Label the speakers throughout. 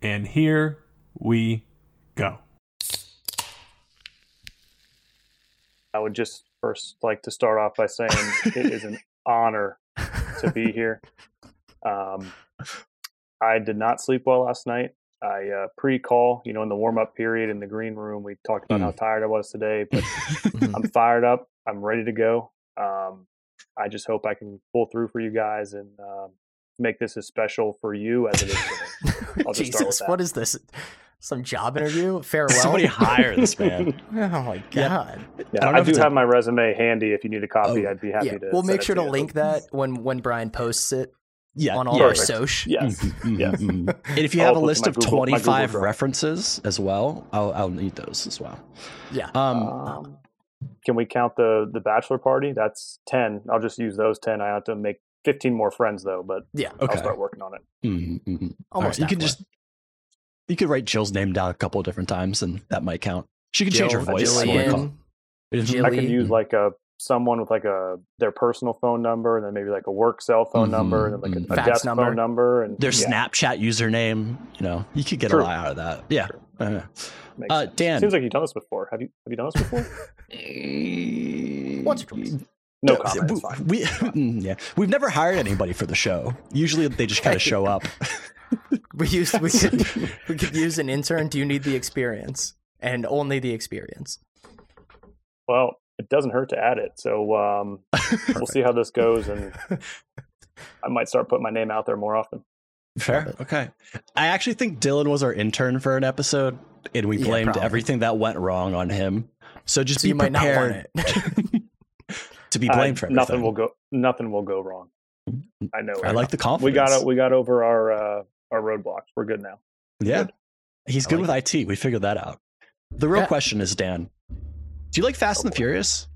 Speaker 1: And here we go.
Speaker 2: I would just first like to start off by saying it is an honor to be here. Um, I did not sleep well last night. I uh, pre-call, you know, in the warm-up period in the green room, we talked about
Speaker 3: Mm. Mm-hmm.
Speaker 2: how tired I was today, but I'm fired up. I'm ready to go. Um, I just hope I can pull through for you guys and um, make this as special for you as it is for me. I'll just start with
Speaker 3: Jesus,
Speaker 2: that.
Speaker 3: what is this? Some job interview? Farewell?
Speaker 4: Somebody hire this man.
Speaker 3: oh my god.
Speaker 2: Yeah,
Speaker 4: I don't
Speaker 2: I,
Speaker 4: know if
Speaker 2: do
Speaker 4: it's a-
Speaker 2: have my resume handy. If you need a copy,
Speaker 4: Oh,
Speaker 2: I'd be happy
Speaker 3: yeah,
Speaker 2: to.
Speaker 3: we'll
Speaker 2: send
Speaker 3: make
Speaker 2: it
Speaker 3: sure to
Speaker 2: you.
Speaker 3: link that when when Brian posts it
Speaker 4: Yeah,
Speaker 3: on all
Speaker 4: yeah.
Speaker 3: our
Speaker 2: Perfect.
Speaker 3: soch.
Speaker 2: Yes. Yes.
Speaker 4: And if you
Speaker 2: I'll
Speaker 4: have a
Speaker 2: put
Speaker 4: list
Speaker 2: my
Speaker 4: of
Speaker 2: Google- my Google
Speaker 4: 25
Speaker 2: Drive.
Speaker 4: references as well, I'll, I'll need those as well.
Speaker 3: Yeah.
Speaker 4: Um,
Speaker 2: Um, can we count the the bachelor party? That's ten. I'll just use those ten. I have to make fifteen more friends though, but
Speaker 3: Yeah.
Speaker 4: okay.
Speaker 2: I'll start working on it.
Speaker 4: Mhm, mhm. All right,
Speaker 3: Almost
Speaker 4: You can
Speaker 3: halfway.
Speaker 4: just you could write Jill's name down a couple of different times, and that might count. She can change her
Speaker 3: Jill,
Speaker 4: voice. when we call.
Speaker 3: Jillian,
Speaker 2: I
Speaker 3: Jilly.
Speaker 2: could use like a someone with like a their personal phone number, and then maybe like a work cell phone
Speaker 4: Mhm,
Speaker 2: number, and then like a, a
Speaker 3: mhm. Fax
Speaker 2: desk
Speaker 3: number.
Speaker 2: phone number, and
Speaker 4: Their
Speaker 2: yeah,
Speaker 4: Snapchat username. You know, you could get
Speaker 2: True.
Speaker 4: a lot out of that. Yeah.
Speaker 2: True.
Speaker 4: Uh,
Speaker 2: makes
Speaker 4: uh,
Speaker 2: sense.
Speaker 4: Dan.
Speaker 2: Seems like you've done this before. Have you have you done this before?
Speaker 3: Once or twice.
Speaker 2: No
Speaker 4: Uh,
Speaker 2: comment.
Speaker 4: we-
Speaker 2: It's fine.
Speaker 4: We, mm, yeah, we've never hired anybody for the show. Usually, they just kind of show up.
Speaker 3: we use we could we could use an intern. Do you need the experience? And only the experience.
Speaker 2: Well, it doesn't hurt to add it. So um, we'll see how this goes, and I might start putting my name out there more often.
Speaker 4: Fair. Okay. I actually think Dylan was our intern for an episode, and we
Speaker 3: Yeah,
Speaker 4: blamed
Speaker 3: probably.
Speaker 4: everything that went wrong on him. So just
Speaker 3: So
Speaker 4: be
Speaker 3: you might not want
Speaker 4: prepared
Speaker 3: it.
Speaker 4: to be
Speaker 2: I-
Speaker 4: blamed for everything. Mm-hmm.
Speaker 2: nothing will go. Nothing will go wrong. I know.
Speaker 4: I
Speaker 2: it.
Speaker 4: like the confidence.
Speaker 2: we got it. We got over our uh, our roadblocks. We're good now.
Speaker 4: Yeah.
Speaker 2: Good.
Speaker 4: He's
Speaker 3: I
Speaker 4: good
Speaker 3: like
Speaker 4: with IT. We figured that out. The real
Speaker 3: Yeah.
Speaker 4: question is, Dan, do you like Fast and the Furious?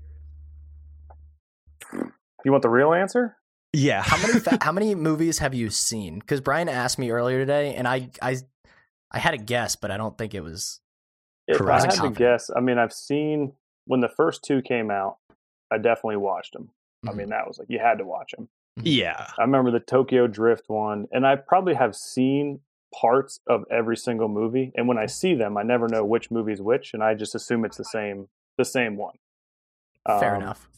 Speaker 2: You want the real answer?
Speaker 4: Yeah.
Speaker 3: how many fa- how many movies have you seen? Because Brian asked me earlier today, and I I I had a guess, but I don't think it was.
Speaker 2: If
Speaker 4: Correct.
Speaker 2: I had to
Speaker 3: Confident.
Speaker 2: guess, I mean, I've seen when the first two came out. I definitely watched them. I
Speaker 3: Mm-hmm.
Speaker 2: mean, that was like you had to watch them.
Speaker 4: yeah.
Speaker 2: I remember the Tokyo Drift one, and I probably have seen parts of every single movie. And when I see them, I never know which movie's which, and I just assume it's the same the same one.
Speaker 3: fair
Speaker 2: Um,
Speaker 3: enough.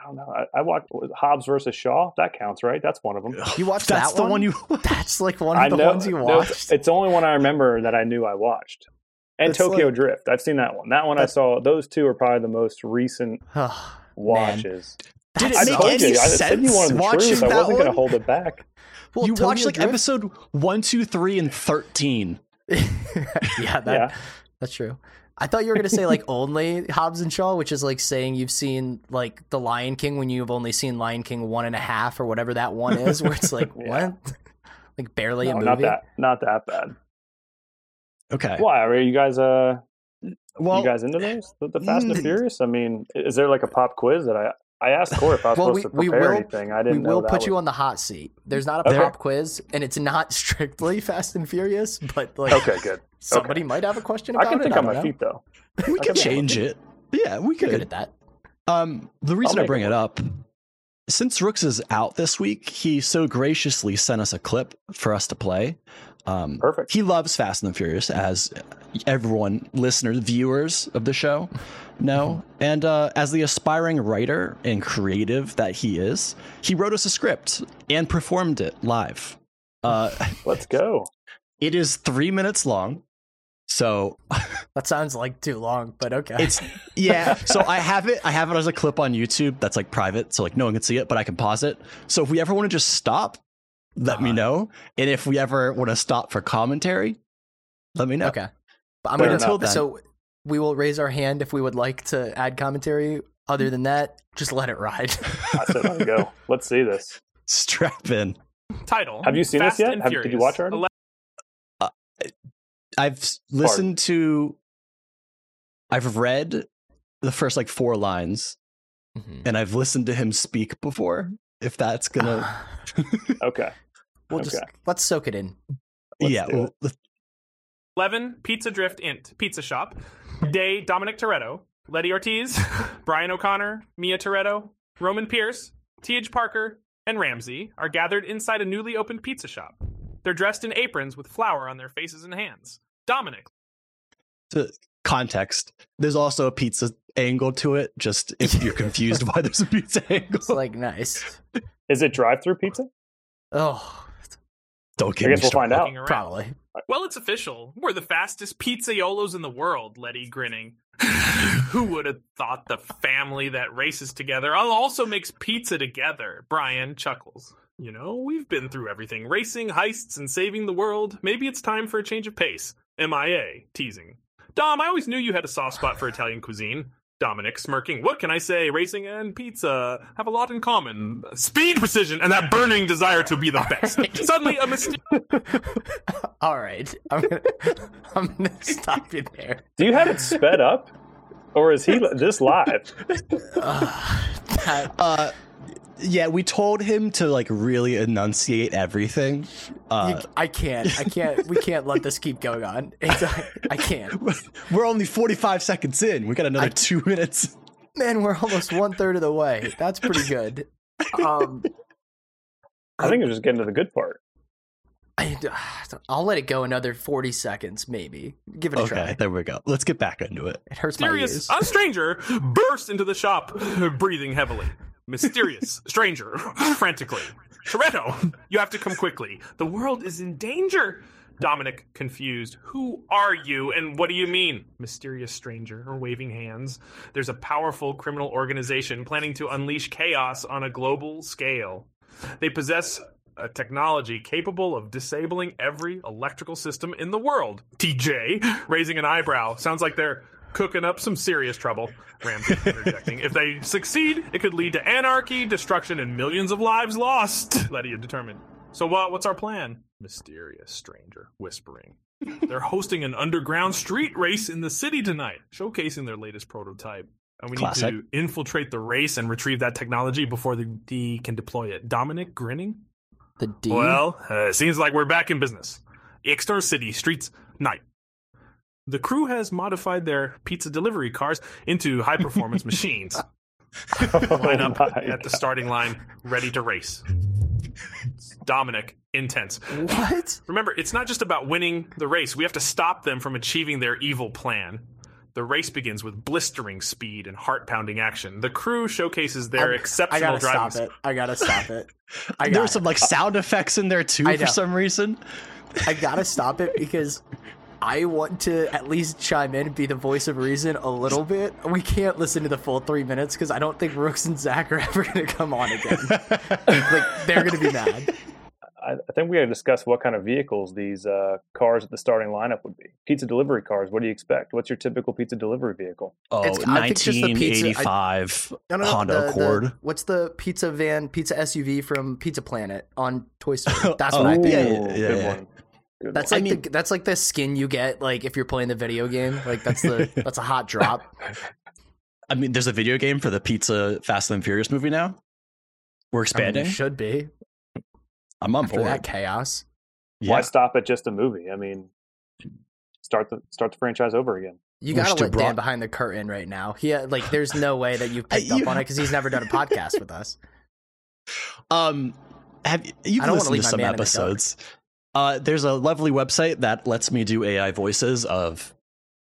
Speaker 2: I don't know. I, I watched Hobbs versus Shaw. That counts, right? That's one of them.
Speaker 3: You watched
Speaker 4: That's
Speaker 3: that
Speaker 4: the
Speaker 3: one?
Speaker 4: one you.
Speaker 3: That's like one of
Speaker 2: I
Speaker 3: the
Speaker 2: know.
Speaker 3: ones you
Speaker 2: no,
Speaker 3: watched.
Speaker 2: it's, it's the only one I remember that I knew I watched. And
Speaker 3: It's
Speaker 2: Tokyo
Speaker 3: like-
Speaker 2: Drift. I've seen that one. That one I
Speaker 3: That-
Speaker 2: saw. Those two are probably the most recent
Speaker 3: Ugh, man.
Speaker 2: watches.
Speaker 4: Did it
Speaker 3: I
Speaker 2: I
Speaker 4: make
Speaker 2: told
Speaker 4: any
Speaker 2: you, I
Speaker 4: sense?
Speaker 2: said you wanted the
Speaker 4: watching
Speaker 2: truth. I
Speaker 4: that
Speaker 2: wasn't
Speaker 4: one?
Speaker 2: going to hold it back.
Speaker 3: Well,
Speaker 4: you
Speaker 3: Tokyo
Speaker 4: watched like
Speaker 3: Drift-
Speaker 4: episode one, two, three, and thirteen.
Speaker 3: yeah, that
Speaker 2: Yeah.
Speaker 3: that's true. I thought you were gonna say like only Hobbs and Shaw, which is like saying you've seen like The Lion King when you've only seen Lion King one and a half or whatever that one is, where it's like
Speaker 2: Yeah.
Speaker 3: what, like barely a
Speaker 2: No,
Speaker 3: movie.
Speaker 2: not that. Not that bad.
Speaker 4: Okay.
Speaker 2: Why are you guys? Uh,
Speaker 4: Well,
Speaker 2: you guys into those? The, the Fast and
Speaker 3: mm.
Speaker 2: Furious. I mean, is there like a pop quiz that I? I asked Corey if I was
Speaker 3: Well,
Speaker 2: supposed
Speaker 3: we- we
Speaker 2: to prepare
Speaker 3: will-
Speaker 2: anything. I
Speaker 3: We
Speaker 2: didn't know
Speaker 3: will
Speaker 2: that.
Speaker 3: put
Speaker 2: was,
Speaker 3: you on the hot seat. There's not a
Speaker 2: Okay.
Speaker 3: pop quiz, and it's not strictly Fast and Furious, but like
Speaker 2: Okay, good.
Speaker 3: somebody might have a question
Speaker 2: I
Speaker 3: about
Speaker 2: can
Speaker 3: it.
Speaker 2: think
Speaker 3: I
Speaker 2: on
Speaker 3: don't
Speaker 2: my
Speaker 3: know.
Speaker 2: feet though.
Speaker 4: we
Speaker 2: Okay.
Speaker 4: could change it. Yeah,
Speaker 3: You're
Speaker 4: we
Speaker 3: good
Speaker 4: could.
Speaker 3: at that.
Speaker 4: Um, the reason
Speaker 2: I'll
Speaker 4: I
Speaker 2: make
Speaker 4: bring
Speaker 2: it
Speaker 4: it up, since Rooks is out this week, he so graciously sent us a clip for us to play. Um,
Speaker 2: Perfect.
Speaker 4: He loves Fast and the Furious, as everyone, listeners, viewers of the show know.
Speaker 2: Mm-hmm.
Speaker 4: And uh, as the aspiring writer and creative that he is, he wrote us a script and performed it live. Uh,
Speaker 2: Let's go.
Speaker 4: it is three minutes long. So
Speaker 3: That sounds like too long, but okay.
Speaker 4: It's yeah. So I have it. I have it as a clip on YouTube that's like private, so like no one can see it, but I can pause it. So if we ever want to just stop, let me
Speaker 3: Uh-huh.
Speaker 4: know. And if we ever want to stop for commentary, let me know.
Speaker 3: okay. But I'm
Speaker 2: Fair
Speaker 3: gonna
Speaker 4: enough.
Speaker 3: then. so we will raise our hand if we would like to add commentary. Other than that, just let it ride.
Speaker 2: I said, let's go. Let's see this.
Speaker 4: Strap in.
Speaker 5: Title.
Speaker 2: Have you seen this
Speaker 5: Fast
Speaker 2: yet?
Speaker 5: and
Speaker 2: Have- did you
Speaker 5: Furious.
Speaker 2: watch it already?
Speaker 5: Ele-
Speaker 4: I've s- listened to. I've read the first like four lines, and I've listened to him speak before. If that's gonna,
Speaker 2: Okay.
Speaker 3: we'll just
Speaker 2: Okay.
Speaker 3: let's soak it in.
Speaker 2: let's
Speaker 4: yeah.
Speaker 2: do
Speaker 4: Well, let's-
Speaker 5: 11, Pizza Drift Int, Pizza Shop. Day, Dominic Toretto. Letty Ortiz, Brian O'Connor, Mia Toretto, Roman Pierce, T.H. Parker, and Ramsey are gathered inside a newly opened pizza shop. They're dressed in aprons with flour on their faces and hands. Dominic,
Speaker 4: Context. There's also a pizza angle to it. Just if you're confused why there's a pizza angle,
Speaker 3: It's like nice.
Speaker 2: Is it drive-through pizza?
Speaker 3: Oh,
Speaker 4: don't
Speaker 2: I
Speaker 4: get me
Speaker 2: guess we'll
Speaker 4: started.
Speaker 2: find out.
Speaker 5: looking around.
Speaker 3: probably.
Speaker 5: Well, it's official. We're the fastest pizzaiolos in the world, Letty grinning. Who would have thought the family that races together also makes pizza together? Brian chuckles. You know, we've been through everything racing, heists, and saving the world. Maybe it's time for a change of pace. MIA, teasing. Dom, I always knew you had a soft spot for Italian cuisine. Dominic, smirking. What can I say? Racing and pizza have a lot in common speed, precision, and that burning desire to be the best. Suddenly, a mysterious.
Speaker 3: All right, I'm gonna, I'm gonna stop you there.
Speaker 2: Do you have it sped up, or is he li- this live?
Speaker 3: Ugh, that-
Speaker 4: Uh, yeah, we told him to like really enunciate everything.
Speaker 3: you-
Speaker 4: Uh,
Speaker 3: I can't. I can't. We can't let this keep going on. It's, I, I can't.
Speaker 4: we're only 45 seconds in. We got another
Speaker 3: I-
Speaker 4: two minutes.
Speaker 3: Man, we're almost one third of the way. That's pretty good. Um,
Speaker 2: I think I'm just getting to the good part.
Speaker 3: I, I'll let it go another forty seconds, maybe. Give it a
Speaker 4: Okay,
Speaker 3: try.
Speaker 4: there we go. Let's get back into it.
Speaker 3: It hurts my
Speaker 5: mysterious
Speaker 3: ears.
Speaker 5: a stranger bursts into the shop breathing heavily mysterious stranger frantically toretto you have to come quickly the world is in danger dominic confused who are you and what do you mean mysterious stranger waving hands there's a powerful criminal organization planning to unleash chaos on a global scale they possess a technology capable of disabling every electrical system in the world. TJ, raising an eyebrow, sounds like they're cooking up some serious trouble. Ramsey interjecting. If they succeed, it could lead to anarchy, destruction, and millions of lives lost. Letty you determine. So what? What's our plan? Mysterious stranger whispering. They're hosting an underground street race in the city tonight, showcasing their latest prototype. And we
Speaker 4: Classic.
Speaker 5: need to infiltrate the race and retrieve that technology before the D can deploy it. Dominic grinning.
Speaker 3: The D.
Speaker 5: Well, uh, seems like we're back in business. External city, streets, night. The crew has modified their pizza delivery cars into high performance machines. Line up
Speaker 2: Oh my
Speaker 5: at the starting line, ready to race. Dominic, intense.
Speaker 3: what?
Speaker 5: Remember, it's not just about winning the race. We have to stop them from achieving their evil plan. The race begins with blistering speed and heart pounding action. The crew showcases their
Speaker 3: I'm- I
Speaker 5: exceptional
Speaker 3: gotta
Speaker 5: driving.
Speaker 3: stop it. I gotta stop it. I
Speaker 4: There
Speaker 3: got
Speaker 4: were some like sound effects in there too
Speaker 3: I
Speaker 4: for
Speaker 3: know.
Speaker 4: some reason.
Speaker 3: I gotta stop it because I want to at least chime in and be the voice of reason a little bit. We can't listen to the full three minutes because I don't think Rooks and Zach are ever gonna come on again. like they're gonna be mad.
Speaker 2: I, I think we got to discuss what kind of vehicles these uh, cars at the starting lineup would be. Pizza delivery cars. What do you expect? What's your typical pizza delivery vehicle?
Speaker 4: Oh,
Speaker 3: It's- I think just the pizza-
Speaker 4: 1985
Speaker 3: No, no, no,
Speaker 4: Honda
Speaker 3: the- the-
Speaker 4: Accord.
Speaker 3: what's the pizza van, pizza SUV from Pizza Planet on Toy Story? That's what
Speaker 4: Oh,
Speaker 3: I think.
Speaker 4: yeah,
Speaker 2: Ooh,
Speaker 4: yeah,
Speaker 2: good
Speaker 4: yeah.
Speaker 2: one. Good
Speaker 3: That's
Speaker 4: I
Speaker 3: like
Speaker 4: mean-
Speaker 3: the, that's like the skin you get like if you're playing the video game. Like that's the that's a hot drop.
Speaker 4: I mean, there's a video game for the pizza Fast and Furious movie now.
Speaker 3: I
Speaker 4: We're
Speaker 3: mean,
Speaker 4: expanding.
Speaker 3: it should be
Speaker 4: I'm on
Speaker 3: after
Speaker 4: board.
Speaker 3: that chaos.
Speaker 2: one. Why
Speaker 4: Yeah.
Speaker 2: stop at just a movie? I mean, start the start the franchise over again.
Speaker 3: You
Speaker 4: Wish
Speaker 3: gotta
Speaker 4: to
Speaker 3: let
Speaker 4: brought-
Speaker 3: Dan behind the curtain right now. He uh, like, there's no way that you
Speaker 4: I-
Speaker 3: picked up
Speaker 4: you-
Speaker 3: on it because he's never done a podcast with us.
Speaker 4: Um, have you- you've
Speaker 3: I don't wanna
Speaker 4: listened to
Speaker 3: leave my
Speaker 4: some
Speaker 3: man in the dark.
Speaker 4: episodes? uh, there's a lovely website that lets me do AI voices of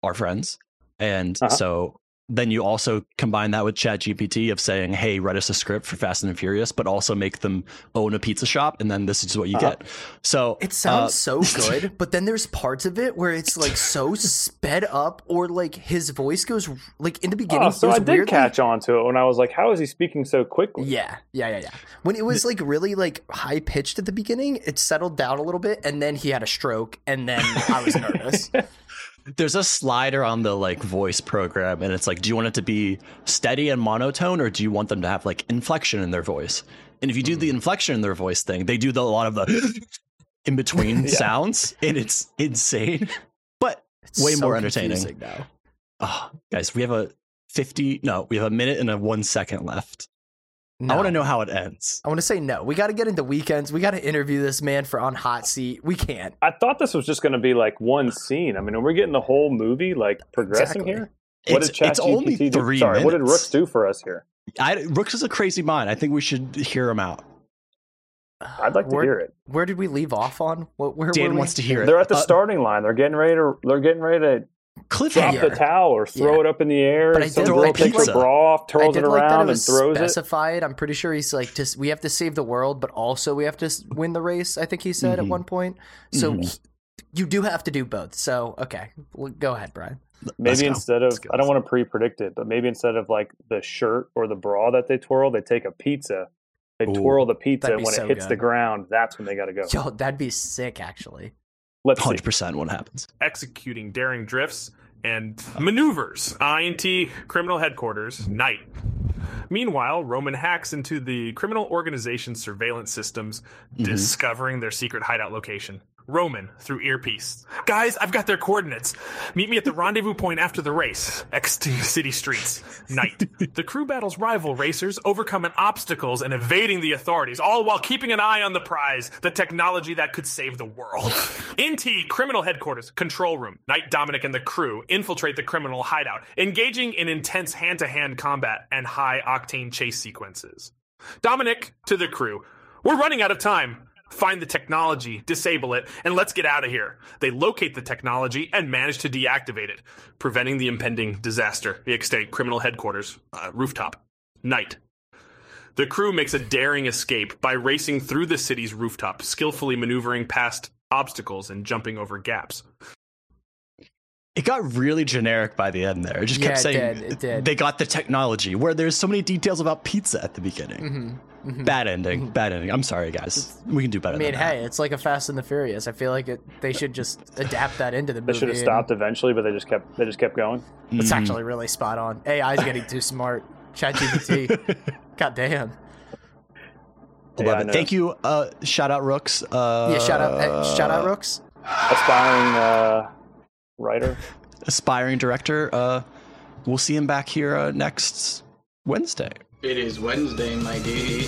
Speaker 4: our friends, and
Speaker 2: Uh-huh.
Speaker 4: so then you also combine that with ChatGPT of saying, "Hey, write us a script for Fast and Furious," but also make them own a pizza shop, and then this is what you
Speaker 2: Uh-huh.
Speaker 4: get. So
Speaker 3: It sounds so good, but then there's parts of it where it's like so sped up, or like his voice goes like in the beginning.
Speaker 2: Oh, so
Speaker 3: it
Speaker 2: I
Speaker 3: was
Speaker 2: did
Speaker 3: weirdly-
Speaker 2: catch on to it when I was like, "How is he speaking so quickly?"
Speaker 3: Yeah, yeah, yeah, yeah. When it was like really like high pitched at the beginning, it settled down a little bit, and then he had a stroke, and then I was nervous.
Speaker 4: there's a slider on the like voice program and it's like do you want it to be steady and monotone or do you want them to have like inflection in their voice and if you do the
Speaker 2: Hmm.
Speaker 4: inflection in their voice thing they do the, a lot of the in between sounds and it's insane but
Speaker 3: It's
Speaker 4: Way
Speaker 3: so
Speaker 4: more entertaining.
Speaker 3: confusing now.
Speaker 4: oh, guys we have a 50 no we have a minute and a one second left i want to
Speaker 3: No.
Speaker 4: know how it ends
Speaker 3: I want to say no. We got to get into weekends. We got to interview this man for on hot seat. We can't.
Speaker 2: I thought this was just going to be like one scene. I mean, are we getting the whole movie like progressing
Speaker 3: Exactly.
Speaker 2: here? What
Speaker 4: it's,
Speaker 2: did
Speaker 4: it's
Speaker 2: ChatGPT
Speaker 4: only
Speaker 2: do?
Speaker 4: three
Speaker 2: Sorry, what did
Speaker 4: minutes.
Speaker 2: Rooks do for us here?
Speaker 4: I, Rooks is a crazy mind. I think we should hear him out.
Speaker 2: I'd like to
Speaker 3: Where-
Speaker 2: hear it.
Speaker 3: Where did we leave off on? What? Where were
Speaker 4: Dan
Speaker 3: we?
Speaker 4: wants to hear it.
Speaker 2: They're at the
Speaker 4: Uh,
Speaker 2: starting line. They're getting ready to. They're getting ready to drop the
Speaker 4: cliffhanger.
Speaker 2: towel or throw
Speaker 3: Yeah.
Speaker 2: it up in the air.
Speaker 3: But
Speaker 2: and
Speaker 3: I
Speaker 2: some
Speaker 4: did
Speaker 2: girl
Speaker 4: like
Speaker 2: takes her
Speaker 4: pizza.
Speaker 2: bra off,
Speaker 3: uh, I
Speaker 2: twirls
Speaker 3: did
Speaker 2: it
Speaker 3: like that it
Speaker 2: around, and
Speaker 3: was
Speaker 2: throws it.
Speaker 3: specified. I'm pretty sure he's like, just we have to save the world, but also we have to s- win the race. I think he said at
Speaker 4: Mhm.
Speaker 3: one point. So
Speaker 4: Mhm.
Speaker 3: you do have to do both. So okay, well, go ahead, Brian.
Speaker 4: Let's
Speaker 2: Maybe
Speaker 4: go.
Speaker 2: instead of
Speaker 5: Let's go.
Speaker 2: I don't want to pre-predict it, but maybe instead of like the shirt or the bra that they twirl, they take a pizza. They
Speaker 4: Ooh,
Speaker 2: twirl the pizza
Speaker 3: that'd
Speaker 2: and
Speaker 3: be
Speaker 2: when
Speaker 3: so
Speaker 2: it hits the
Speaker 3: good.
Speaker 2: ground. That's when they got to go.
Speaker 3: Yo, that'd be sick, actually.
Speaker 2: Let's see.
Speaker 4: Hundred percent. What happens?
Speaker 5: executing daring drifts and maneuvers. INT Criminal Headquarters, night. Meanwhile, Roman hacks into the criminal organization's surveillance systems, discovering their secret hideout location. Roman through earpiece. Guys, I've got their coordinates. Meet me at the rendezvous point after the race. Extant city streets. Night. the crew battles rival racers, overcoming obstacles and evading the authorities, all while keeping an eye on the prize, the technology that could save the world. NT criminal headquarters, control room. Knight Dominic and the crew infiltrate the criminal hideout, engaging in intense hand to hand combat and high octane chase sequences. Dominic to the crew. We're running out of time. Find the technology, disable it, and let's get out of here. They locate the technology and manage to deactivate it, preventing the impending disaster. The extant criminal headquarters, uh, rooftop. Night. The crew makes a daring escape by racing through the city's rooftop, skillfully maneuvering past obstacles and jumping over gaps.
Speaker 4: It got really generic by the end there. It just
Speaker 3: Yeah,
Speaker 4: kept
Speaker 3: it
Speaker 4: saying
Speaker 3: did, it did.
Speaker 4: they got the technology. Where there's so many details about pizza at the beginning.
Speaker 3: hmm hmm
Speaker 4: Bad ending. Bad ending. I'm sorry, guys. We can do better.
Speaker 3: I mean,
Speaker 4: than that.
Speaker 3: hey, it's like a Fast and the Furious. I feel like it, they should just adapt that into the movie.
Speaker 2: They should have
Speaker 3: and
Speaker 2: stopped eventually, but they just kept they just kept going.
Speaker 3: It's
Speaker 4: Mhm.
Speaker 3: actually really spot on. AI's getting too smart. ChatGPT. God damn.
Speaker 4: I
Speaker 2: Yeah,
Speaker 4: love
Speaker 2: I
Speaker 4: it.
Speaker 2: know.
Speaker 4: Thank you. Uh, shout out, Rooks. Uh,
Speaker 3: Yeah, shout out, eh, shout out, Rooks.
Speaker 2: Aspiring uh, writer.
Speaker 4: aspiring director. Uh, we'll see him back here uh, next Wednesday.
Speaker 6: It is Wednesday, my dude.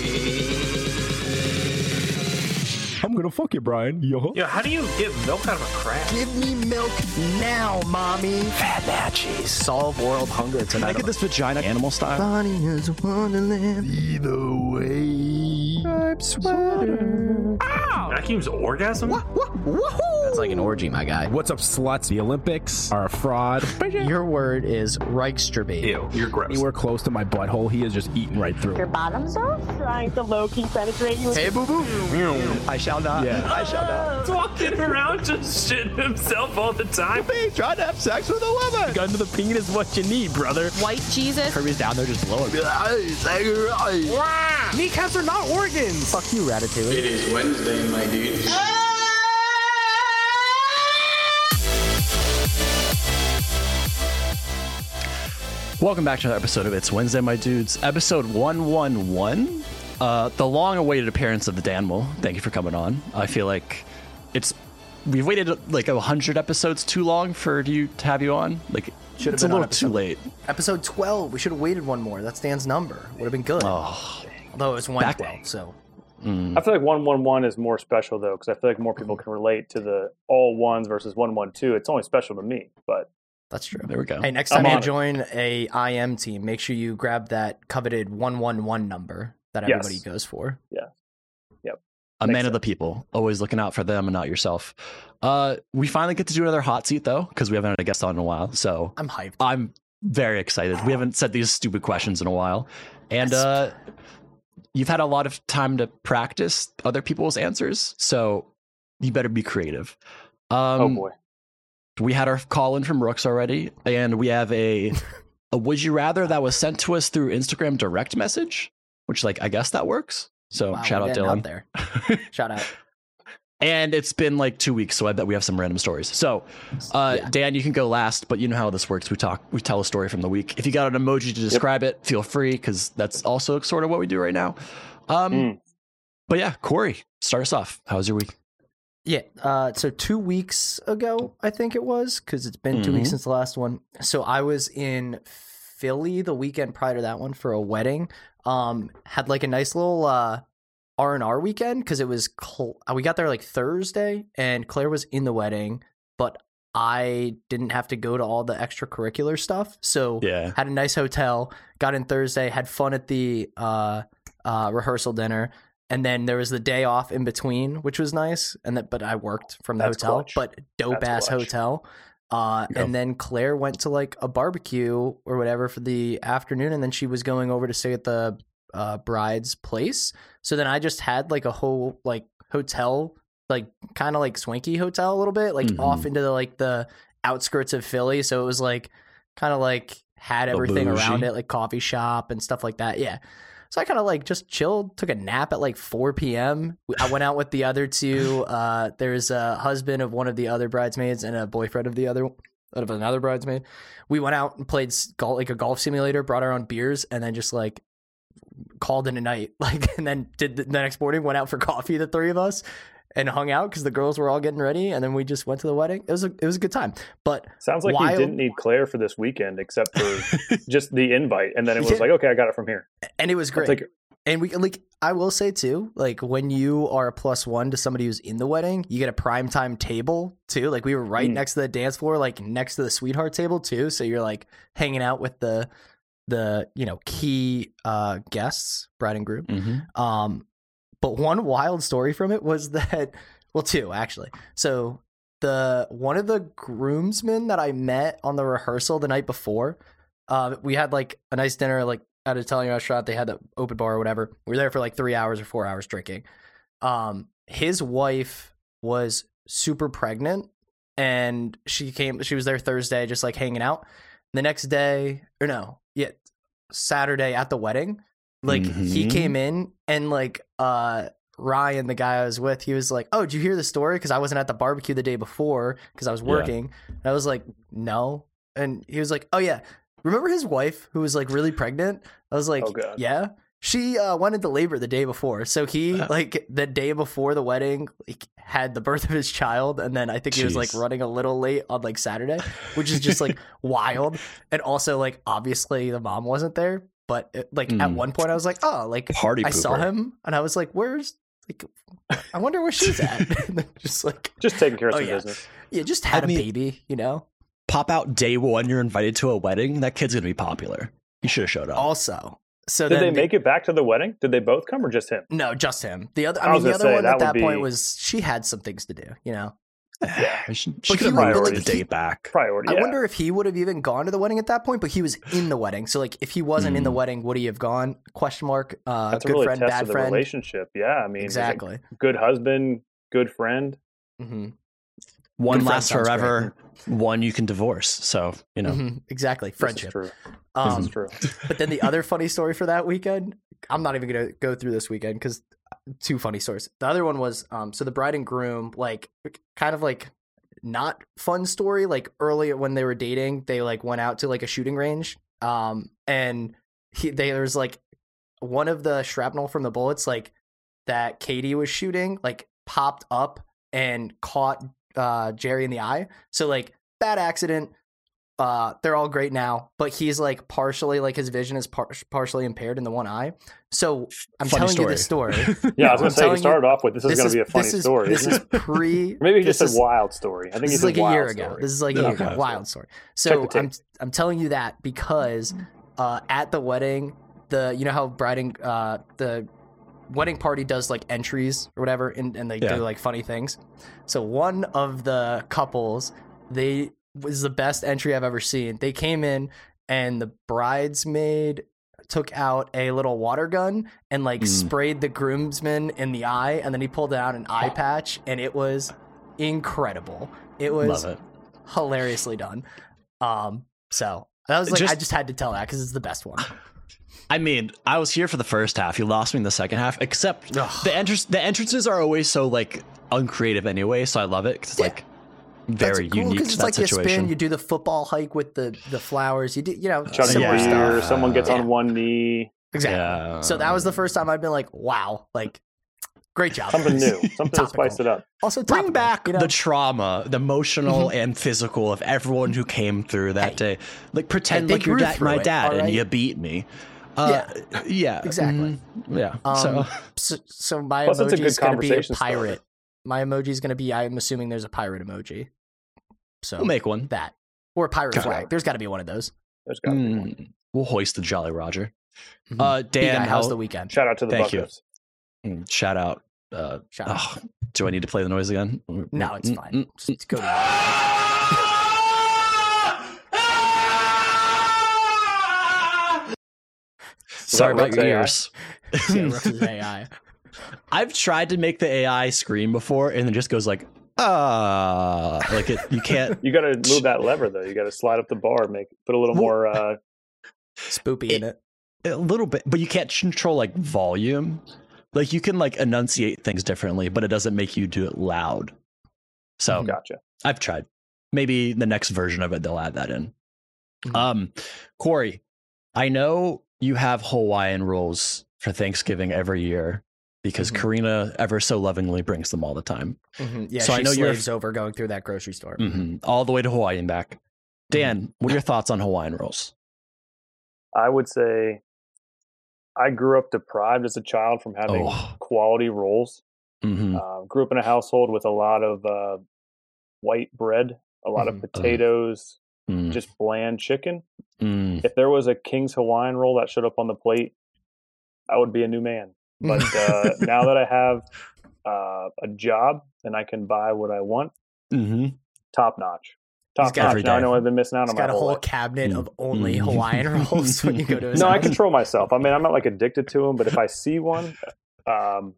Speaker 7: I'm gonna fuck you, Brian. Yo.
Speaker 5: Yeah, how do you get milk out of a crab?
Speaker 3: Give me milk now, mommy. Fat matches. Solve world hunger
Speaker 4: Can I
Speaker 3: tonight.
Speaker 4: get this vagina animal style?
Speaker 3: Bonnie is wonderland.
Speaker 5: Vacuum's orgasm?
Speaker 6: That's like an orgy, my guy.
Speaker 7: What's up, sluts? The Olympics are a fraud.
Speaker 3: Uh, Your word is Reichstrabe.
Speaker 5: Ew, you're gross.
Speaker 7: Anywhere close to my butthole, he is just eating right through.
Speaker 8: your bottoms off? Trying to low key penetrate you.
Speaker 3: Hey, boo boo.
Speaker 4: I shall not.
Speaker 7: Yeah.
Speaker 4: I shall not.
Speaker 5: walking around just shitting himself all the time.
Speaker 7: Hey, trying to have sex with a woman. Gun to the penis, what you need, brother.
Speaker 8: White Jesus.
Speaker 7: Kirby's down there just blowing.
Speaker 3: Kneecaps are not organs. Fuck you, Ratatouille.
Speaker 6: It is Wednesday, my dude.
Speaker 4: Welcome back to another episode of It's Wednesday, my dudes. Episode 111. Uh, the long awaited appearance of the Danimal. Thank you for coming on. I feel like it's. We've waited like 100 episodes too long for you to have you on. Like,
Speaker 3: Should've
Speaker 4: it's a
Speaker 3: been on
Speaker 4: little too
Speaker 3: episode-
Speaker 4: late.
Speaker 3: Episode 12. We should have waited one more. That's Dan's number. Would have been good.
Speaker 4: Oh,
Speaker 3: Although it was
Speaker 4: Back-
Speaker 3: 112, so.
Speaker 2: I feel like one one one is more special though, because I feel like more people
Speaker 3: Mm-hmm.
Speaker 2: can relate to the all ones versus one one two. It's only special to me, but
Speaker 3: That's true.
Speaker 4: there we go.
Speaker 3: Hey, next
Speaker 2: I'm
Speaker 3: time you
Speaker 2: on it.
Speaker 3: join a IM team, make sure you grab that coveted 111 number that
Speaker 2: Yes.
Speaker 3: everybody goes for.
Speaker 4: a
Speaker 2: Makes
Speaker 4: man of the people, always looking out for them and not yourself. Uh, we finally get to do another hot seat though, because we haven't had a guest on in a while. So
Speaker 3: I'm hyped.
Speaker 4: I'm very excited. We haven't said these stupid questions in a while, and
Speaker 3: Yes.
Speaker 4: uh, you've had a lot of time to practice other people's answers. So you better be creative. Um,
Speaker 2: oh boy,
Speaker 4: we had our call in from Rooks already, and we have a, a would you rather that was sent to us through Instagram direct message, which like I guess that works. So
Speaker 3: Wow,
Speaker 4: Oh, shout
Speaker 3: we're
Speaker 4: out
Speaker 3: getting
Speaker 4: Dylan.
Speaker 3: there. Shout out.
Speaker 4: And it's been like two weeks, so I bet we have some random stories. So, uh,
Speaker 3: Yeah.
Speaker 4: Dan, you can go last, but you know how this works. We talk, we tell a story from the week. If you got an emoji to describe it, feel free, because that's also sort of what we do right now. Um,
Speaker 3: Hmm.
Speaker 2: Mm.
Speaker 4: But yeah, Corey, start us off. How was your week?
Speaker 3: Yeah. Uh, so two weeks ago, I think it was, because it's been two weeks
Speaker 4: Mhm.
Speaker 3: since the last one. So I was in Philly the weekend prior to that one for a wedding. Um, had like a nice little uh R and R weekend because it was cl- we got there like Thursday, and Claire was in the wedding, but I didn't have to go to all the extracurricular stuff. So
Speaker 4: Yeah.
Speaker 3: had a nice hotel got in thursday had fun at the uh, uh, rehearsal dinner and then there was the day off in between, which was nice. And that, but I worked from the
Speaker 2: That's
Speaker 3: hotel,
Speaker 2: clutch.
Speaker 3: but dope
Speaker 2: That's
Speaker 3: ass
Speaker 2: clutch.
Speaker 3: hotel. Uh,
Speaker 4: Yeah.
Speaker 3: And then Claire went to like a barbecue or whatever for the afternoon, and then she was going over to stay at the uh, bride's place. So then I just had like a whole like hotel, like kind of like swanky hotel a little bit, like
Speaker 4: Mhm.
Speaker 2: Mm-hmm.
Speaker 3: off into the, like the outskirts of Philly. So it was like kind of like had
Speaker 4: Little
Speaker 3: everything around
Speaker 4: bougie.
Speaker 3: it, like coffee shop and stuff like that. Yeah. So I kind of like just chilled, took a nap at like 4 p.m. We- I went out with the other two. Uh, there's a husband of one of the other bridesmaids and a boyfriend of the other of another bridesmaid. We went out and played s- gol like a golf simulator, brought our own beers, and then just like called in a night. Like and then did the, the next morning went out for coffee, the three of us, and hung out because the girls were all getting ready, and then we just went to the wedding. It was a it was a good time, but
Speaker 2: Sounds like
Speaker 3: Wild.
Speaker 2: we didn't need Claire for this weekend, except for just the invite, and then it was
Speaker 3: Yeah.
Speaker 2: like, okay, I got it from here.
Speaker 3: and it was
Speaker 2: I'll
Speaker 3: great.
Speaker 2: take it.
Speaker 3: And we like I will say too, like when you are a plus one to somebody who's in the wedding, you get a prime time table too. Like we were right
Speaker 2: Mm.
Speaker 3: next to the dance floor, like next to the sweetheart table too. So you're like hanging out with the the you know key uh guests, bride and groom.
Speaker 4: Mm-hmm.
Speaker 3: Um, but one wild story from it was that, well, two actually. So the one of the groomsmen that I met on the rehearsal the night before, uh, we had like a nice dinner like at a Italian restaurant. They had the open bar or whatever. We were there for like three hours or four hours drinking. Um, his wife was super pregnant, and she came. She was there Thursday, just like hanging out. The next day, or no, yeah, Saturday at the wedding. Like he
Speaker 4: Mhm.
Speaker 3: came in and like uh Ryan, the guy I was with, he was like, "Oh, did you hear the story?" Because I wasn't at the barbecue the day before because I was
Speaker 4: Yeah.
Speaker 3: working. And I was like, "No," and he was like, "Oh yeah, remember his wife who was like really pregnant?" I was like,
Speaker 2: Oh, God.
Speaker 3: "Yeah." She uh, went into labor the day before, so he like the day before the wedding like, had the birth of his child, and then I think he was like
Speaker 4: Jeez.
Speaker 3: running a little late on like Saturday, which is just like wild. And also like obviously the mom wasn't there, but it, like at
Speaker 4: Mm.
Speaker 3: one point I was like, oh, like
Speaker 4: Party
Speaker 3: I saw
Speaker 4: pooper.
Speaker 3: him and I was like, where's like I wonder where she's at. And then just like
Speaker 2: Just taking care of
Speaker 3: Oh,
Speaker 2: some
Speaker 3: yeah.
Speaker 2: business.
Speaker 3: yeah, just had
Speaker 4: I
Speaker 3: a
Speaker 4: mean-
Speaker 3: baby, you know.
Speaker 4: Pop out day one. You're invited to a wedding. That kid's gonna be popular. You should have showed up.
Speaker 3: Also, so
Speaker 2: Did
Speaker 3: then
Speaker 2: they
Speaker 3: the-
Speaker 2: make it back to the wedding? Did they both come or just him?
Speaker 3: no, just him. The other,
Speaker 2: I
Speaker 3: I mean,
Speaker 2: was
Speaker 3: the
Speaker 2: gonna
Speaker 3: other
Speaker 2: say,
Speaker 3: one at
Speaker 2: that would
Speaker 3: that point
Speaker 2: be-
Speaker 3: was she had some things to do, you know.
Speaker 4: she
Speaker 3: But
Speaker 4: she
Speaker 3: he
Speaker 4: could
Speaker 3: would-
Speaker 4: have brought
Speaker 3: but
Speaker 4: the
Speaker 3: like, he-
Speaker 4: date back.
Speaker 2: Priority.
Speaker 3: I
Speaker 2: yeah.
Speaker 3: wonder if he would have even gone to the wedding at that point, but he was in the wedding. So like, if he wasn't in the
Speaker 4: Mm.
Speaker 3: wedding, would he have gone? Question mark. Uh,
Speaker 2: That's a
Speaker 3: good
Speaker 2: really
Speaker 3: friend,
Speaker 2: test
Speaker 3: bad
Speaker 2: of the
Speaker 3: friend.
Speaker 2: relationship. Yeah, I mean, is it
Speaker 3: exactly.
Speaker 2: Good husband, good friend.
Speaker 3: hmm
Speaker 4: One
Speaker 3: Good friend
Speaker 4: lasts
Speaker 3: sounds great.
Speaker 4: forever. One you can divorce. So you know.
Speaker 3: hmm Exactly.
Speaker 2: This is
Speaker 3: Friendship.
Speaker 2: true. This
Speaker 3: Um,
Speaker 2: is true.
Speaker 3: But then the other funny story for that weekend, I'm not even gonna go through this weekend because two funny stories. The other one was um, so the bride and groom, like, kind of like not fun story. Like early when they were dating, they like went out to like a shooting range, um, and he, they, there was like one of the shrapnel from the bullets, like that Katie was shooting, like popped up and caught uh, Jerry in the eye. So like bad accident. Uh, they're all great now, but he's like partially like his vision is par- partially impaired in the one eye. So I'm
Speaker 4: Funny
Speaker 3: telling you this story.
Speaker 2: Yeah, I was
Speaker 3: I'm
Speaker 2: going to say, you
Speaker 3: telling you,
Speaker 2: started off with this, is going to be a funny
Speaker 3: this is-
Speaker 2: story.
Speaker 3: This
Speaker 2: isn't it?
Speaker 3: is pre.
Speaker 2: Maybe he just
Speaker 3: this
Speaker 2: said
Speaker 3: is-
Speaker 2: wild story. I think
Speaker 3: This
Speaker 2: he
Speaker 3: is
Speaker 2: said
Speaker 3: like a
Speaker 2: wild
Speaker 3: year
Speaker 2: story.
Speaker 3: ago. This is like a year
Speaker 4: Okay.
Speaker 3: ago. Wild story.
Speaker 2: Check
Speaker 3: So
Speaker 2: the tape.
Speaker 3: I'm I'm telling you that because uh, at the wedding, the you know how bride and uh, the wedding party does like entries or whatever, and, and they
Speaker 4: Yeah.
Speaker 3: do like funny things. So one of the couples, they was the best entry I've ever seen. They came in and the bridesmaid took out a little water gun and like
Speaker 4: Mm.
Speaker 3: sprayed the groomsman in the eye and then he pulled out an eye patch and it was incredible. It was
Speaker 4: Love it.
Speaker 3: hilariously done. Um so that was like I
Speaker 4: Just-
Speaker 3: just had to tell that cuz it's the best one.
Speaker 4: I mean, I was here for the first half. You lost me in the second half. Except
Speaker 3: Ugh.
Speaker 4: the entrance, the entrances are always so like uncreative anyway. So I love it 'cause it's
Speaker 3: Yeah.
Speaker 4: like very
Speaker 3: That's cool
Speaker 4: unique
Speaker 3: 'cause
Speaker 4: to
Speaker 3: it's
Speaker 4: that
Speaker 3: like you
Speaker 4: situation.
Speaker 3: spin, you do the football hike with the the flowers. You do you know
Speaker 2: Chugging
Speaker 3: similar
Speaker 4: yeah.
Speaker 2: beer,
Speaker 3: stuff.
Speaker 2: someone gets
Speaker 3: Yeah.
Speaker 2: on one knee.
Speaker 3: Exactly.
Speaker 4: Yeah.
Speaker 3: So that was the first time I've been like, wow, like great job.
Speaker 2: Something
Speaker 3: guys.
Speaker 2: new. Something to spice it
Speaker 3: Topical.
Speaker 2: up.
Speaker 3: Also
Speaker 4: Bring
Speaker 3: topical,
Speaker 4: back
Speaker 3: you know?
Speaker 4: the trauma, the emotional and physical of everyone who came through that
Speaker 3: Mm-hmm. Hey.
Speaker 4: day. Like pretend
Speaker 3: they
Speaker 4: like you're
Speaker 3: grew
Speaker 4: da-
Speaker 3: through
Speaker 4: my
Speaker 3: it,
Speaker 4: dad and
Speaker 3: alright?
Speaker 4: you beat me. Uh, yeah,
Speaker 3: Exactly.
Speaker 4: mhm, yeah.
Speaker 3: Um,
Speaker 4: so
Speaker 3: so, so my
Speaker 2: Plus, it's a
Speaker 3: emoji
Speaker 2: good
Speaker 3: is going to be a
Speaker 2: conversation starter.
Speaker 3: pirate. My emoji is going to be. I'm assuming there's a pirate emoji. So
Speaker 4: we'll make one.
Speaker 3: that or a pirate
Speaker 4: Got
Speaker 3: flag. There's got to be one of those.
Speaker 2: There's got to be one.
Speaker 4: Mm, We'll hoist the Jolly Roger.
Speaker 3: Mhm.
Speaker 4: Uh,
Speaker 3: B
Speaker 4: Dan,
Speaker 3: guy, how's
Speaker 4: how-
Speaker 3: the weekend?
Speaker 2: Shout out to the
Speaker 4: Thank you.
Speaker 2: Buckos.
Speaker 4: Mm, Shout out. Uh,
Speaker 3: Shout out.
Speaker 4: oh, do I need to play the noise again?
Speaker 3: No, it's
Speaker 4: Mm, mm,
Speaker 3: fine. Just go to
Speaker 5: Ah!
Speaker 4: Sorry
Speaker 2: that
Speaker 4: about your
Speaker 2: Rex's AI?
Speaker 4: ears.
Speaker 3: yeah, Rux's AI.
Speaker 4: I've tried to make the AI scream before, and it just goes like, ah, like it. You can't.
Speaker 2: You got to move that lever though. You got to slide up the bar, make put a little more. Uh,
Speaker 3: Spoopy in it.
Speaker 4: a little bit, but you can't control like volume. Like you can like enunciate things differently, but it doesn't make you do it loud. So
Speaker 2: gotcha.
Speaker 4: I've tried. Maybe the next version of it they'll add that in.
Speaker 3: Mhm.
Speaker 4: Um, Corey, I know you have Hawaiian rolls for Thanksgiving every year because
Speaker 3: Mhm.
Speaker 4: Karina ever so lovingly brings them all the time,
Speaker 3: Mhm. Yeah,
Speaker 4: So I
Speaker 3: she
Speaker 4: know you're-
Speaker 3: slaves over going through that grocery store.
Speaker 4: hmm all the way to Hawaii and
Speaker 3: Mm-hmm.
Speaker 4: back. Dan, what are your thoughts on Hawaiian rolls?
Speaker 2: I would say I grew up deprived as a child from having
Speaker 4: Oh.
Speaker 2: quality rolls.
Speaker 4: Mm-hmm.
Speaker 2: Uh, grew up in a household with a lot of uh, white bread, a lot
Speaker 3: Mhm.
Speaker 4: Mm-hmm. Uh-huh.
Speaker 2: of potatoes, just bland chicken.
Speaker 4: Mm-hmm. Mm.
Speaker 2: If there was a King's Hawaiian roll that showed up on the plate, I would be a new man.
Speaker 3: Mm-hmm.
Speaker 2: But uh, now that I have uh, a job and I can buy what I want,
Speaker 4: hmm
Speaker 2: top notch. Top
Speaker 3: got
Speaker 2: notch.
Speaker 4: every
Speaker 2: Now I
Speaker 4: day.
Speaker 2: know I've been missing out
Speaker 3: He's
Speaker 2: on my
Speaker 3: got a
Speaker 2: whole
Speaker 3: whole
Speaker 2: life.
Speaker 3: cabinet of Mm-hmm. only
Speaker 4: Mm.
Speaker 3: Hawaiian rolls when you go to his
Speaker 2: No, I
Speaker 3: house.
Speaker 2: control myself. I mean, I'm not like addicted to them, but if I see one, um,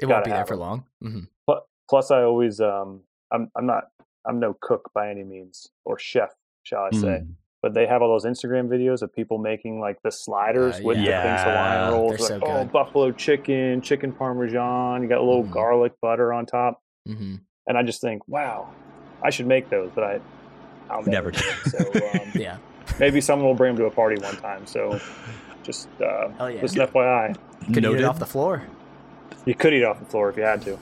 Speaker 3: It
Speaker 2: gotta
Speaker 3: won't be there
Speaker 2: have
Speaker 3: for
Speaker 2: them.
Speaker 3: long. Mhm.
Speaker 2: pl- plus I always, um, I'm, I'm not, I'm no cook by any means or chef, shall I say.
Speaker 3: Mm.
Speaker 4: Mm-hmm.
Speaker 2: But they have all those Instagram videos of people making like the sliders
Speaker 3: Uh,
Speaker 2: with the things
Speaker 4: yeah.
Speaker 2: Hawaiian rolls,
Speaker 3: They're
Speaker 2: like
Speaker 3: so
Speaker 2: oh
Speaker 3: good.
Speaker 2: buffalo chicken, chicken parmesan. You got a little
Speaker 3: Mhm.
Speaker 2: garlic butter on top,
Speaker 3: Mhm.
Speaker 2: and I just think, wow, I should make those, but I, I'll
Speaker 4: Never do.
Speaker 2: it. So um,
Speaker 3: Yeah.
Speaker 2: maybe someone will bring them to a party one time. So just uh,
Speaker 3: Hell yeah.
Speaker 2: just an FYI.
Speaker 3: Could eat
Speaker 4: Noted.
Speaker 3: it off the floor.
Speaker 2: You could eat off the floor if you had to,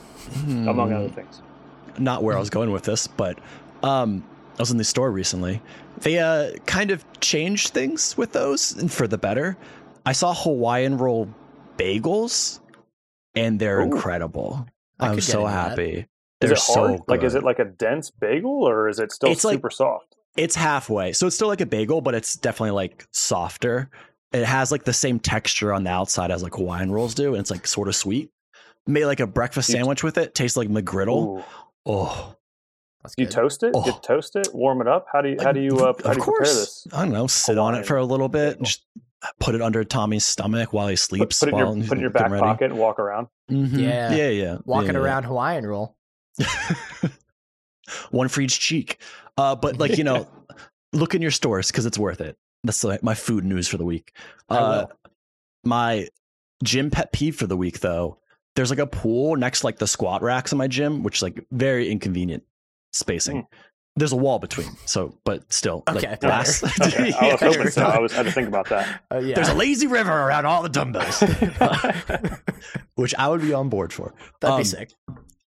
Speaker 2: among
Speaker 4: Mm.
Speaker 2: other things.
Speaker 4: not where I
Speaker 2: Mm-hmm.
Speaker 4: was going with this, but um, I was in the store recently. They uh, kind of changed things with those and for the better. I saw Hawaiian roll bagels, and they're
Speaker 2: Ooh.
Speaker 4: incredible.
Speaker 3: I
Speaker 4: I'm
Speaker 3: could get
Speaker 4: so
Speaker 3: into that.
Speaker 4: happy.
Speaker 2: Is
Speaker 4: They're
Speaker 2: it
Speaker 4: so
Speaker 2: hard?
Speaker 4: good.
Speaker 2: Like, is it like a dense bagel or is it still
Speaker 4: It's like-
Speaker 2: super soft?
Speaker 4: It's halfway, so it's still like a bagel, but it's definitely like softer. It has like the same texture on the outside as like Hawaiian rolls do, and it's like sort of sweet. Made like a breakfast
Speaker 2: You-
Speaker 4: sandwich with it. Tastes like McGriddle.
Speaker 2: Ooh.
Speaker 4: Oh,
Speaker 3: That's
Speaker 2: Do you
Speaker 3: good.
Speaker 2: toast it? Do you
Speaker 4: Oh.
Speaker 2: toast it? Warm it up? How do you how do you uh, how do you prepare this?
Speaker 4: I don't know. Sit on
Speaker 2: Hawaiian
Speaker 4: it for a little bit.
Speaker 2: bagel?
Speaker 4: Just put it under Tommy's stomach while he
Speaker 2: Put,
Speaker 4: sleeps.
Speaker 2: put it in
Speaker 4: while
Speaker 2: your
Speaker 4: he's
Speaker 2: put it in your
Speaker 4: getting
Speaker 2: back
Speaker 4: ready.
Speaker 2: pocket and walk around.
Speaker 4: Mhm.
Speaker 3: Yeah.
Speaker 4: yeah, yeah.
Speaker 3: Walking
Speaker 4: yeah, yeah.
Speaker 3: around Hawaiian roll.
Speaker 4: one for each cheek. Uh, but like you know, look in your stores because it's worth it. That's like my food news for the week.
Speaker 3: I
Speaker 4: Uh,
Speaker 3: will.
Speaker 4: my gym pet peeve for the week though. There's like a pool next to, like the squat racks in my gym, which is like very inconvenient spacing.
Speaker 2: Mm.
Speaker 4: There's a wall between, so but still,
Speaker 3: Okay,
Speaker 4: like
Speaker 3: better.
Speaker 4: last.
Speaker 2: Okay, I was
Speaker 4: Yeah.
Speaker 2: hoping so. I was had to think about that.
Speaker 3: Oh yeah.
Speaker 4: There's a lazy river around all the dumbbells, which I would be on board for.
Speaker 3: That'd
Speaker 4: um,
Speaker 3: be sick.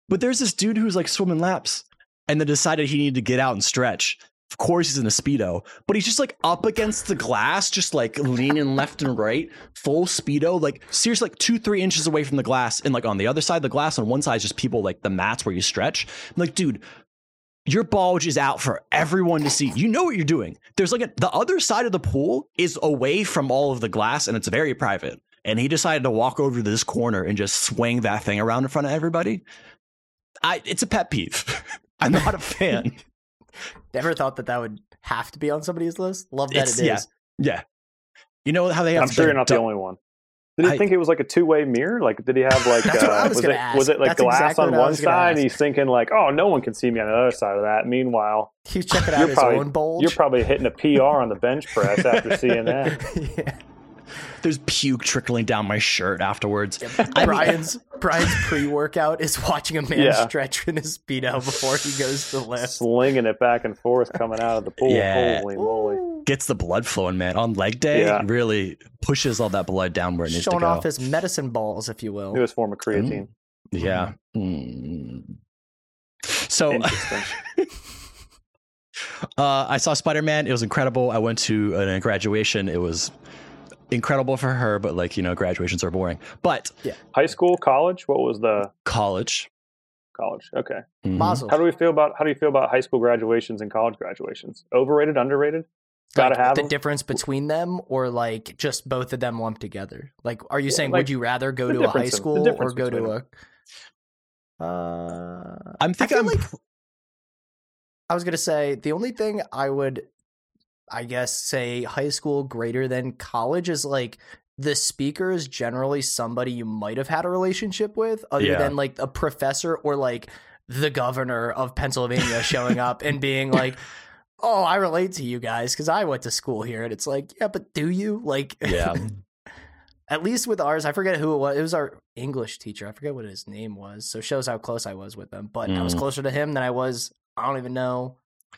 Speaker 4: But there's this dude who's like swimming laps and then decided he needed to get out and stretch. Of course, he's in a Speedo, but he's just like up against the glass, just like leaning left and right, full Speedo, like seriously, like two, three inches away from the glass. And like on the other side of the glass, on one side, is just people like the mats where you stretch. I'm like, dude, your bulge is out for everyone to see. You know what you're doing. There's like a, the other side of the pool is away from all of the glass and it's very private. And he decided to walk over to this corner and just swing that thing around in front of everybody. I it's a pet peeve. I'm not a fan.
Speaker 3: Never thought that that would have to be on somebody's list. Love that it
Speaker 4: It's-
Speaker 3: is.
Speaker 4: yeah. yeah. You know how they have
Speaker 2: I'm sure
Speaker 4: the
Speaker 2: you're not the
Speaker 4: dou-
Speaker 2: only one. Did he
Speaker 4: I-
Speaker 2: think it was like a two way mirror? Like, did he have like
Speaker 3: That's what I
Speaker 2: uh,
Speaker 3: was
Speaker 2: was,
Speaker 3: gonna
Speaker 2: it
Speaker 3: ask.
Speaker 2: was it like
Speaker 3: That's
Speaker 2: glass
Speaker 3: exactly
Speaker 2: on
Speaker 3: what I
Speaker 2: one
Speaker 3: was gonna
Speaker 2: side? And
Speaker 3: ask.
Speaker 2: he's thinking like, oh, no one can see me on the other side of that. Meanwhile,
Speaker 3: He's checking out
Speaker 2: You're
Speaker 3: his
Speaker 2: probably-
Speaker 3: own bulge.
Speaker 2: you're probably hitting a PR on the bench press after seeing that.
Speaker 3: yeah.
Speaker 4: there's puke trickling down my shirt afterwards.
Speaker 3: Brian's Brian's pre-workout is watching a man
Speaker 2: Yeah.
Speaker 3: stretch in his speedo before he goes to lift.
Speaker 2: Slinging it back and forth coming out of the pool.
Speaker 4: Yeah.
Speaker 2: Holy moly.
Speaker 4: Gets the blood flowing, man. On leg day,
Speaker 2: Yeah.
Speaker 4: it really pushes all that blood down where it needs to
Speaker 3: Showing
Speaker 4: go.
Speaker 3: off his medicine balls, if you will.
Speaker 2: Newest form of creatine.
Speaker 4: yeah.
Speaker 2: Mm-hmm.
Speaker 4: Mm.
Speaker 3: Mm-hmm. Oh.
Speaker 4: So
Speaker 2: Interesting.
Speaker 4: Uh, I saw Spider Man. It was incredible. I went to a graduation. It was incredible for her, but like you know, graduations are boring. But
Speaker 2: High school, college. What was the
Speaker 4: college,
Speaker 2: college? Okay.
Speaker 4: mhm.
Speaker 3: Mazel.
Speaker 2: How do we feel about how do you feel about high school graduations and college graduations? Overrated, underrated? Gotta
Speaker 3: like,
Speaker 2: have
Speaker 3: the
Speaker 2: 'em.
Speaker 3: difference between them, or like just both of them lumped together? Like, are you saying
Speaker 2: like,
Speaker 3: would you rather go
Speaker 2: the
Speaker 3: to a
Speaker 2: difference
Speaker 3: high
Speaker 2: in- the
Speaker 3: school or
Speaker 2: difference
Speaker 3: go to
Speaker 2: between
Speaker 3: a? Uh,
Speaker 4: mm-hmm. I'm thinking
Speaker 3: feel
Speaker 4: I'm
Speaker 3: like- I was gonna say the only thing I would, I guess, say high school greater than college is like the speaker is generally somebody you might have had a relationship with, other
Speaker 4: Yeah.
Speaker 3: than like a professor or like the governor of Pennsylvania showing up and being like. Oh, I relate to you guys because I went to school here, and it's like, yeah, but do you like?
Speaker 4: yeah.
Speaker 3: at least with ours, I forget who it was. It was our English teacher. I forget what his name was. So it shows how close I was with him. But I was
Speaker 4: Mm.
Speaker 3: closer to him than I was. I don't even know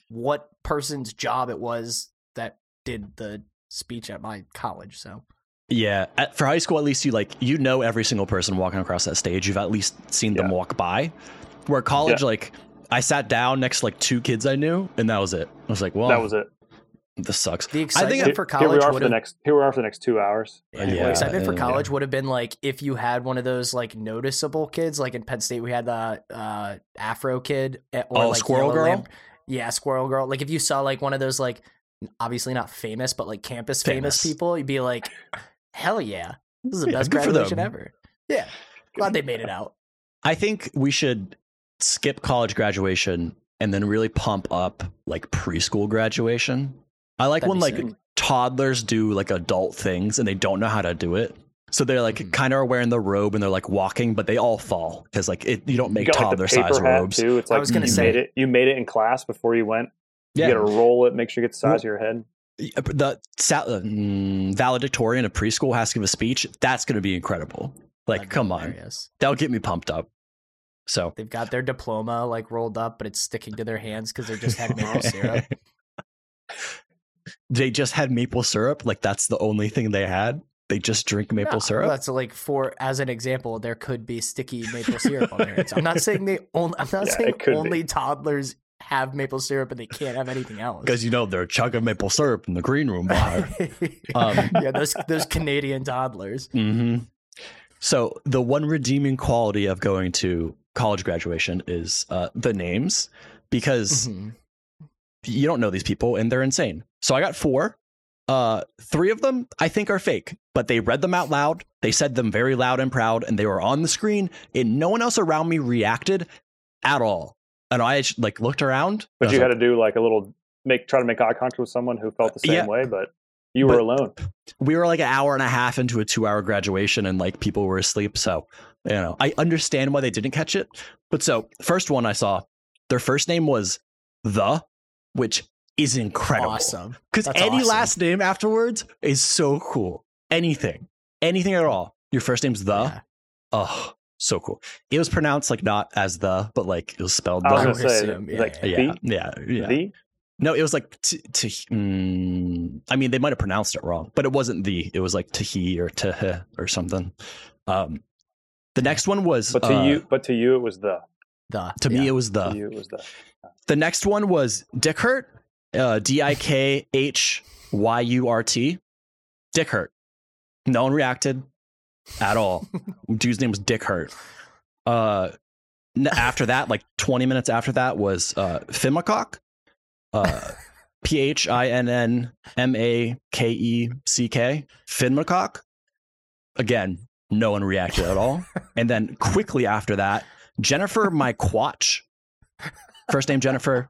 Speaker 3: what person's job it was that did the speech at my college. So
Speaker 4: Yeah, at, for high school at least you like you know every single person walking across that stage. You've at least seen them
Speaker 2: Yeah.
Speaker 4: walk by. Where college, like I sat down next to like two kids I knew, and that was it. I was like, well,
Speaker 2: that was it.
Speaker 4: This sucks.
Speaker 3: the
Speaker 4: I
Speaker 3: excitement
Speaker 4: think
Speaker 2: Here,
Speaker 3: for
Speaker 2: here we
Speaker 3: college
Speaker 2: are for
Speaker 3: would
Speaker 2: the
Speaker 3: have
Speaker 2: next. Here we are for the next two hours.
Speaker 4: Yeah,
Speaker 3: Yeah,
Speaker 4: yeah,
Speaker 3: excitement for
Speaker 4: yeah.
Speaker 3: college would have been like if you had one of those like noticeable kids, like in Penn State we had the uh, Afro kid eh, or
Speaker 4: Oh,
Speaker 3: like
Speaker 4: Squirrel
Speaker 3: Yellow
Speaker 4: Girl?
Speaker 3: Lamp- Yeah, Squirrel Girl. Like if you saw like one of those like obviously not famous but like campus famous,
Speaker 4: Famous.
Speaker 3: people, you'd be like, hell yeah, this is the
Speaker 4: Yeah,
Speaker 3: best
Speaker 4: good for them.
Speaker 3: graduation ever. Yeah, glad they made it out.
Speaker 4: I think we should skip college graduation and then really pump up like preschool graduation. I like
Speaker 3: That'd
Speaker 4: when
Speaker 3: be
Speaker 4: like
Speaker 3: sick.
Speaker 4: toddlers do like adult things and they don't know how to do it. So they're like
Speaker 2: Mm-hmm.
Speaker 3: Mhm.
Speaker 4: kind of are wearing the robe and they're like walking, but they all fall because like it, you don't
Speaker 2: You
Speaker 4: make
Speaker 2: got like the
Speaker 4: toddler
Speaker 2: paper
Speaker 4: size
Speaker 2: hat
Speaker 4: robes.
Speaker 2: too. It's
Speaker 3: I
Speaker 2: like
Speaker 3: was gonna
Speaker 2: you
Speaker 3: say-
Speaker 2: made it. You made it in class before you went.
Speaker 4: Yeah, uh,
Speaker 2: You got to roll it. Make sure you get the size of your head.
Speaker 4: the sa- mm, valedictorian of preschool has to give a speech. That's going to be incredible. Like,
Speaker 3: That'd be
Speaker 4: come on,
Speaker 3: hilarious.
Speaker 4: that'll get me pumped up. So
Speaker 3: They've got their diploma like rolled up, but it's sticking to their hands because they just had maple syrup.
Speaker 4: they just had maple syrup. Like that's the only thing they had. They just drink maple
Speaker 3: No,
Speaker 4: syrup.
Speaker 3: That's like for as an example, there could be sticky maple syrup on their hands. I'm not saying they only. I'm not
Speaker 2: Yeah,
Speaker 3: saying
Speaker 2: it could be.
Speaker 3: only toddlers have maple syrup and they can't have anything else.
Speaker 4: because you know they're chugging maple syrup in the green room bar. um,
Speaker 3: yeah, those those Canadian toddlers.
Speaker 4: hmm So the one redeeming quality of going to college graduation is uh, the names, because
Speaker 3: Mhm.
Speaker 2: Mm-hmm.
Speaker 4: you don't know these people and they're insane. So I got four. Uh, three of them I think are fake, but they read them out loud. They said them very loud and proud, and they were on the screen, and no one else around me reacted at all. And I just, like looked around.
Speaker 2: But
Speaker 4: and I was
Speaker 2: you
Speaker 4: like,
Speaker 2: had to do like a little make try to make eye contact with someone who felt the same
Speaker 4: Yeah.
Speaker 2: way, but you were
Speaker 4: But-
Speaker 2: alone.
Speaker 4: we were like an hour and a half into a two hour graduation and like people were asleep. So, you know, I understand why they didn't catch it. But so, first one I saw, their first name was The, which is incredible.
Speaker 3: Awesome.
Speaker 4: Because
Speaker 3: That's
Speaker 4: any
Speaker 3: awesome.
Speaker 4: last name afterwards is so cool. Anything, anything at all. Your first name's The.
Speaker 3: Yeah.
Speaker 4: Oh, so cool. It was pronounced like not as The, but like it was spelled
Speaker 2: I was
Speaker 3: I
Speaker 2: gonna
Speaker 4: The.
Speaker 3: would
Speaker 2: say
Speaker 3: assume, yeah,
Speaker 2: like
Speaker 3: yeah,
Speaker 4: Yeah, yeah,
Speaker 2: the
Speaker 4: yeah.
Speaker 2: the
Speaker 4: No, it was like t- t- mm, I mean, they might have pronounced it wrong, but it wasn't the. It was like Tahi or Teh or something. Um, the next one was,
Speaker 2: but to
Speaker 4: uh,
Speaker 2: you but to you it was the
Speaker 3: The,
Speaker 4: to me,
Speaker 3: yeah.
Speaker 4: it was
Speaker 2: to
Speaker 4: the.
Speaker 2: you it was the
Speaker 4: The next one was Dickhurt, uh, D I K H Y U R T, Dickhurt. No one reacted at all. Dude's name was Dickhurt. Uh, n- after that, like 20 minutes after that, was uh, Fimacock, uh, P H I N N M A K E C K, Finmacock. Again, no one reacted at all. And then quickly after that, Jennifer Myquatch. First name Jennifer,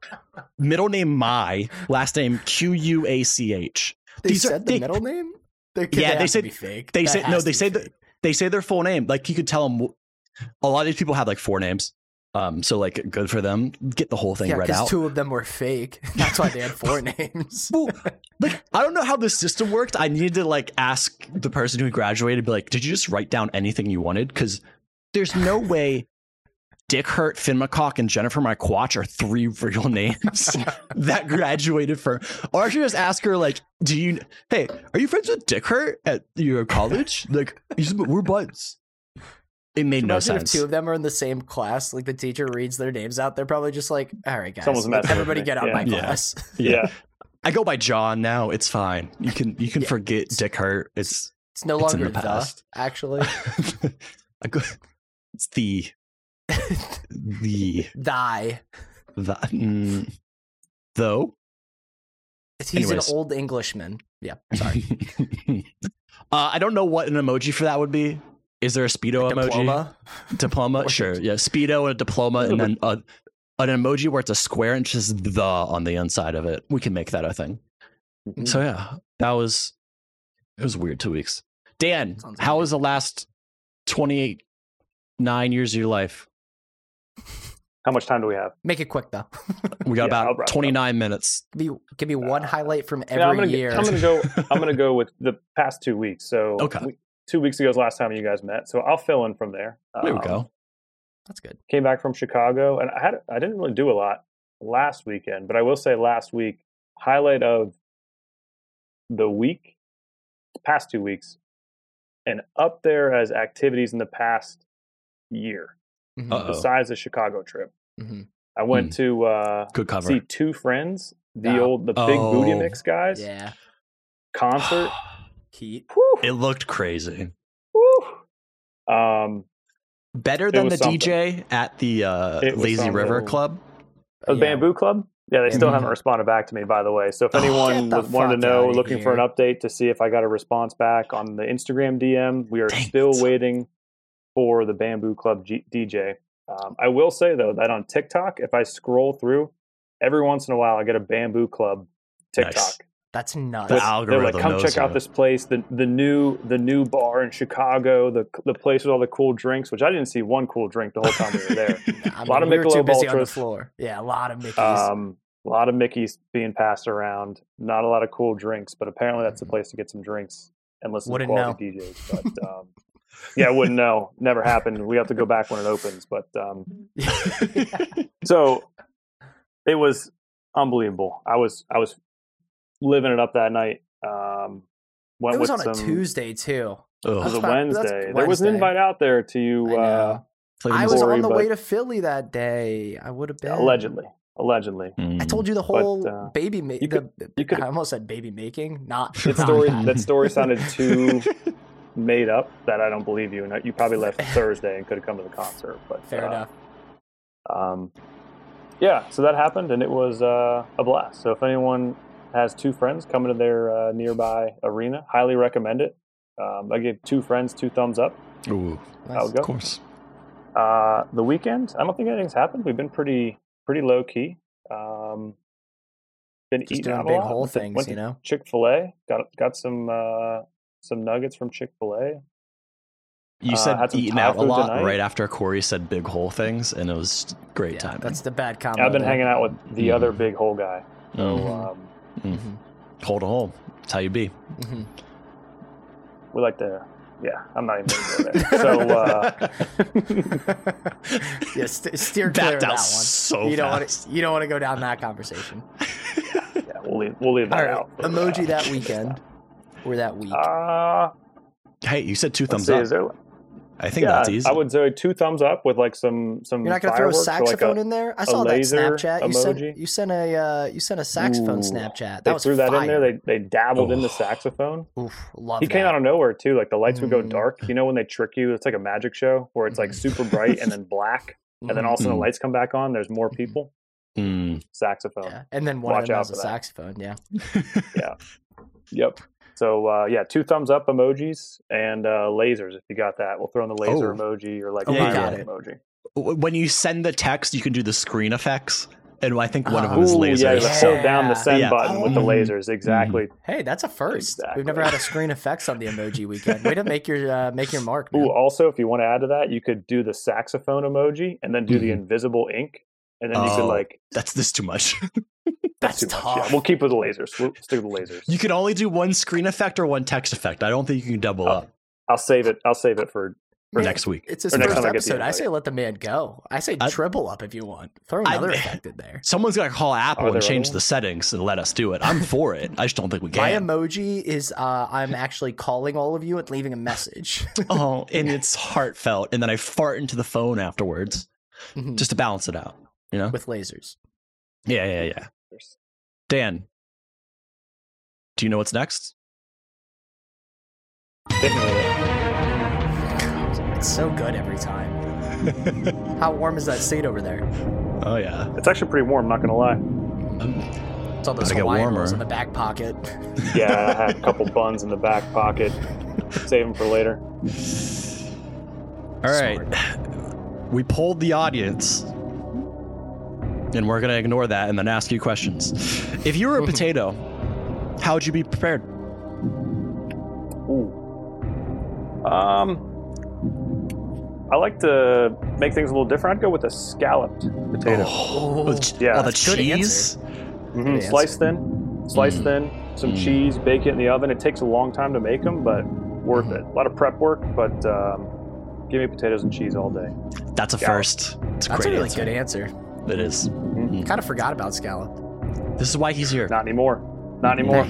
Speaker 4: middle name My, last name Q U A C H.
Speaker 3: they
Speaker 4: these are
Speaker 3: said the
Speaker 4: fake.
Speaker 3: middle name. They,
Speaker 4: Yeah, they
Speaker 3: have to
Speaker 4: said-
Speaker 3: be fake.
Speaker 4: They
Speaker 3: That
Speaker 4: say no.
Speaker 3: has to
Speaker 4: They
Speaker 3: be
Speaker 4: say that
Speaker 3: fake.
Speaker 4: they say their full name. Like you could tell them. A lot of these people have like four names. Um, so like good for them. Get the whole thing
Speaker 3: yeah,
Speaker 4: read
Speaker 3: because
Speaker 4: out.
Speaker 3: two of them were fake. That's why they had four names.
Speaker 4: Well, like I don't know how the system worked. I needed to like ask the person who graduated, be like, did you just write down anything you wanted? Because there's no way Dick Hurt, Finn McCock, and Jennifer McQuatch are three real names that graduated from. Or I should just ask her, like, do you? Hey, are you friends with Dick Hurt at your college? Like, he's, we're buds. It made no
Speaker 3: Imagine
Speaker 4: sense.
Speaker 3: if two of them are in the same class, like the teacher reads their names out, they're probably just like, "All right, guys,
Speaker 2: Someone's messing
Speaker 3: let
Speaker 2: with
Speaker 3: everybody
Speaker 2: me."
Speaker 3: get out of my
Speaker 4: Yeah.
Speaker 3: class."
Speaker 2: yeah
Speaker 4: I go by John now. It's fine. You can you can
Speaker 3: Yeah.
Speaker 4: forget Dick Hurt. It's
Speaker 3: It's no
Speaker 4: It's in
Speaker 3: longer
Speaker 4: the
Speaker 3: the,
Speaker 4: past.
Speaker 3: actually.
Speaker 4: a good it's the the
Speaker 3: Die.
Speaker 4: the mm, though
Speaker 3: He's
Speaker 4: Anyways.
Speaker 3: an old Englishman. Yeah, sorry.
Speaker 4: Uh, I don't know what an emoji for that would be. Is there a speedo emoji?
Speaker 3: Diploma.
Speaker 4: Diploma, sure. Yeah, speedo and a diploma, and then a, an emoji where it's a square and it's just the on the inside of it. We can make that a thing. So yeah, that was it was weird two weeks. Dan,
Speaker 3: Sounds
Speaker 4: how was the last twenty eight nine years of your life?
Speaker 2: How much time do we have?
Speaker 3: Make it quick though.
Speaker 4: We got
Speaker 2: Yeah, I'll
Speaker 4: about
Speaker 2: wrap it up.
Speaker 4: twenty nine minutes.
Speaker 3: Give me, give me
Speaker 4: Uh,
Speaker 3: one highlight from every
Speaker 2: Yeah, I'm gonna,
Speaker 3: year.
Speaker 2: I'm gonna go. I'm gonna go with the past two weeks. So
Speaker 4: Okay.
Speaker 2: we- two weeks ago is the last time you guys met. So I'll fill in from there.
Speaker 4: There we
Speaker 2: Um,
Speaker 4: go.
Speaker 3: That's good.
Speaker 2: Came back from Chicago, and I had I didn't really do a lot last weekend, but I will say last week highlight of the week, the past two weeks, and up there as activities in the past year,
Speaker 3: Mhm,
Speaker 4: Uh oh,
Speaker 2: besides the Chicago trip.
Speaker 3: mhm.
Speaker 2: I went to uh,
Speaker 4: good cover.
Speaker 2: see two friends, the
Speaker 3: Oh.
Speaker 2: old the Big Booty
Speaker 4: Oh.
Speaker 2: Mix guys
Speaker 3: Yeah.
Speaker 2: concert.
Speaker 3: Heat.
Speaker 2: Whew.
Speaker 4: it looked crazy.
Speaker 2: Um,
Speaker 4: Better
Speaker 2: It
Speaker 4: than the
Speaker 2: was something.
Speaker 4: DJ at the uh,
Speaker 2: It was
Speaker 4: Lazy
Speaker 2: something.
Speaker 4: River Club.
Speaker 2: the
Speaker 3: Yeah.
Speaker 2: Bamboo Club. Yeah, they still
Speaker 3: Mhm.
Speaker 2: haven't responded back to me, by the way. So if
Speaker 4: Mm-hmm. Oh,
Speaker 2: anyone
Speaker 3: get the
Speaker 2: was- wanted
Speaker 3: fuck
Speaker 2: to know,
Speaker 3: outta
Speaker 2: looking for an
Speaker 3: here.
Speaker 2: update to see if I got a response back on the Instagram DM, we are
Speaker 4: Dang
Speaker 2: still
Speaker 4: it.
Speaker 2: waiting for the Bamboo Club G- DJ. Um, I will say though that on TikTok, if I scroll through, every once in a while I get a Bamboo Club TikTok.
Speaker 4: Nice.
Speaker 3: That's nuts.
Speaker 4: The
Speaker 2: They're-
Speaker 4: algorithm
Speaker 2: They're like, come
Speaker 4: knows
Speaker 2: check out
Speaker 4: you."
Speaker 2: this place, the the new the new bar in Chicago, the the place with all the cool drinks. Which I didn't see one cool drink the whole time we were there.
Speaker 3: I mean,
Speaker 2: lot of
Speaker 3: we were too
Speaker 2: Michelob
Speaker 3: busy on the
Speaker 2: Ultras.
Speaker 3: floor. Yeah, a lot of Mickey's.
Speaker 2: Um, a lot of Mickey's being passed around. Not a lot of cool drinks, but apparently that's the place to get some drinks and listen
Speaker 3: Mm-hmm. Wouldn't
Speaker 2: to quality DJs. But um, yeah, I wouldn't know. Never happened. We have to go back when it opens. But um, so it was unbelievable. I was I was living it up that night. Um, went
Speaker 3: it was on
Speaker 2: with
Speaker 3: a
Speaker 2: some,
Speaker 3: Tuesday too.
Speaker 2: It was
Speaker 4: Ugh.
Speaker 2: a
Speaker 3: That's fine.
Speaker 2: Wednesday.
Speaker 3: That's
Speaker 2: There was an
Speaker 3: Wednesday.
Speaker 2: invite out there to
Speaker 3: I
Speaker 2: uh,
Speaker 3: know. I was
Speaker 2: Glory,
Speaker 3: on the
Speaker 2: but-
Speaker 3: way to Philly that day. I would have been
Speaker 2: allegedly, allegedly.
Speaker 4: Mm.
Speaker 3: I told you the
Speaker 2: But,
Speaker 3: whole
Speaker 2: uh,
Speaker 3: baby. Ma-
Speaker 2: you could-
Speaker 3: the,
Speaker 2: you could-
Speaker 3: I almost said baby making. Not
Speaker 2: That
Speaker 3: not
Speaker 2: story
Speaker 3: that.
Speaker 2: that story sounded too made up that I don't believe you, and you probably left Thursday and could have come to the concert. But
Speaker 3: Fair
Speaker 2: uh,
Speaker 3: enough.
Speaker 2: Um, yeah, so that happened, and it was uh, a blast. So if anyone has two friends coming to their uh, nearby arena, highly recommend it. Um, I gave two friends two thumbs up.
Speaker 4: Ooh,
Speaker 2: I would
Speaker 4: of
Speaker 2: Oh, go.
Speaker 4: course.
Speaker 2: Uh, the weekend, I don't think anything's happened. We've been pretty pretty low key. Um, been
Speaker 3: Just
Speaker 2: eating
Speaker 3: doing
Speaker 2: out
Speaker 3: big
Speaker 2: a lot.
Speaker 3: whole
Speaker 2: Went to-
Speaker 3: things,
Speaker 2: went
Speaker 3: you
Speaker 2: to
Speaker 3: know?
Speaker 2: Chick Fil A got got some uh, some nuggets from Chick Fil A.
Speaker 4: You
Speaker 2: Uh,
Speaker 4: said
Speaker 2: had some
Speaker 4: eating
Speaker 2: Thai
Speaker 4: out a
Speaker 2: food
Speaker 4: lot
Speaker 2: tonight.
Speaker 4: right after Corey said big whole things, and it was great
Speaker 3: Yeah,
Speaker 4: time.
Speaker 3: That's the bad combo.
Speaker 2: I've been
Speaker 3: there.
Speaker 2: hanging out with the
Speaker 3: Mm-hmm.
Speaker 4: Mhm.
Speaker 2: other big hole guy. So um,
Speaker 3: Mhm,
Speaker 4: Mm-hmm. hold a hole. That's how you be.
Speaker 2: Mm-hmm.
Speaker 3: mhm.
Speaker 2: we like to, yeah, I'm not even going to go there. So uh,
Speaker 3: yeah, st- steer clear of
Speaker 4: Backed
Speaker 3: that
Speaker 4: out
Speaker 3: one.
Speaker 4: so
Speaker 3: Mm-hmm. you don't want
Speaker 4: fast.
Speaker 3: to. You don't want to go down that conversation.
Speaker 2: yeah, we'll leave, we'll leave that
Speaker 3: All right,
Speaker 2: out. for,
Speaker 3: emoji
Speaker 2: uh,
Speaker 3: that weekend or that week.
Speaker 2: Uh,
Speaker 4: Hey, you said two
Speaker 2: let's
Speaker 4: thumbs
Speaker 2: see,
Speaker 4: up.
Speaker 2: is there,
Speaker 4: I think
Speaker 2: yeah,
Speaker 4: that's easy.
Speaker 2: I would say two thumbs up with like some some.
Speaker 3: You're not gonna throw a
Speaker 2: fireworks or, like,
Speaker 3: saxophone in there? I saw that
Speaker 2: laser
Speaker 3: Snapchat. You
Speaker 2: emoji?
Speaker 3: sent you sent a uh, you sent a saxophone
Speaker 2: Ooh,
Speaker 3: Snapchat. That
Speaker 2: They
Speaker 3: was
Speaker 2: threw that
Speaker 3: fire.
Speaker 2: in there. They they dabbled in
Speaker 4: Oh.
Speaker 2: the saxophone.
Speaker 3: Oof, love
Speaker 2: he came
Speaker 3: that.
Speaker 2: out of nowhere too. Like the lights would go
Speaker 3: Mm.
Speaker 2: dark. You know when they trick you? It's like a magic show where it's
Speaker 3: Mm-hmm.
Speaker 2: like super bright and then black, and then all of a sudden the lights come back on. There's more people.
Speaker 4: Mm.
Speaker 2: Saxophone.
Speaker 3: Mm-hmm. Yeah. And then one
Speaker 2: Watch
Speaker 3: of them
Speaker 2: out
Speaker 3: has a
Speaker 2: for that.
Speaker 3: saxophone. Yeah.
Speaker 2: Yep. So uh, yeah, two thumbs up emojis and uh, lasers if you got that. We'll throw in the laser
Speaker 4: Oh.
Speaker 2: emoji or like
Speaker 4: Oh,
Speaker 2: fire
Speaker 3: yeah, got
Speaker 4: it.
Speaker 2: emoji.
Speaker 4: W- When you send the text, you can do the screen effects, and I think one of them
Speaker 3: Oh.
Speaker 4: is
Speaker 2: Ooh, yeah,
Speaker 4: lasers.
Speaker 2: you hold down the send
Speaker 4: Yeah.
Speaker 2: button with the
Speaker 4: Oh. Mm-hmm.
Speaker 2: lasers. Exactly.
Speaker 3: Hey, that's a first. We've never
Speaker 2: Exactly.
Speaker 3: had a screen effects on the emoji weekend. Way to make your uh, make your mark. man.
Speaker 2: Ooh, also if you want to add to that, you could do the saxophone emoji and then do the
Speaker 4: Mhm.
Speaker 2: invisible ink, and then you could
Speaker 4: Oh.
Speaker 2: like
Speaker 4: That's this too much.
Speaker 3: that's
Speaker 2: too much. Yeah,
Speaker 3: tough.
Speaker 2: we'll keep with the lasers. We'll stick with the lasers.
Speaker 4: you can only do one screen effect or one text effect. I don't think you can double
Speaker 2: Oh,
Speaker 4: up
Speaker 2: I'll save it. I'll save it for.
Speaker 4: for
Speaker 3: yeah.
Speaker 4: next week.
Speaker 3: It's his
Speaker 2: Or next time
Speaker 3: first
Speaker 2: I get the
Speaker 3: episode. I,
Speaker 2: invite.
Speaker 3: say let the man go. I say
Speaker 4: I-
Speaker 3: triple up if you want. Throw
Speaker 4: I-
Speaker 3: another effect in there.
Speaker 4: Someone's got to call
Speaker 2: Are
Speaker 4: Apple
Speaker 2: there
Speaker 4: and change
Speaker 2: other
Speaker 4: the settings and let us do it. I'm for it. I just don't think we
Speaker 3: My
Speaker 4: can.
Speaker 3: emoji is uh, I'm actually calling all of you and leaving a message.
Speaker 4: oh, and it's heartfelt. And then I fart into the phone afterwards
Speaker 3: Mhm.
Speaker 4: just to balance it out. You know?
Speaker 3: with lasers.
Speaker 4: Yeah, yeah, yeah. Dan, do you know what's next?
Speaker 2: Hitting with it.
Speaker 3: It's so good every time. How warm is that seat over there?
Speaker 4: Oh yeah.
Speaker 2: It's actually pretty warm. Not gonna lie.
Speaker 3: It's all those
Speaker 4: Gotta get
Speaker 3: Hawaiian
Speaker 4: warmer.
Speaker 3: rolls in the back pocket.
Speaker 2: Yeah, I had a couple buns in the back pocket. Save them for later.
Speaker 4: All right. We polled the audience, and we're going to ignore that and then ask you questions. If you were a potato, how would you be prepared?
Speaker 2: Ooh. Um, I like to make things a little different. I'd go with a scalloped potato.
Speaker 4: Oh, with ch-
Speaker 2: yeah,
Speaker 4: all the
Speaker 3: that's a good
Speaker 4: cheese?
Speaker 2: hmm
Speaker 3: Good Mm.
Speaker 2: Slice thin, slice thin, some cheese, bake it in the oven. It takes a long time to make them, but worth
Speaker 3: Mm-hmm.
Speaker 2: it. A lot of prep work, but um, give me potatoes and cheese all day.
Speaker 4: That's a
Speaker 2: Yeah.
Speaker 4: first. It's
Speaker 3: That's
Speaker 4: a
Speaker 3: a
Speaker 4: great
Speaker 3: really
Speaker 4: answer.
Speaker 3: good answer.
Speaker 4: It is.
Speaker 3: Kind of forgot about scallop.
Speaker 4: This is why he's here.
Speaker 2: Not anymore. Not anymore.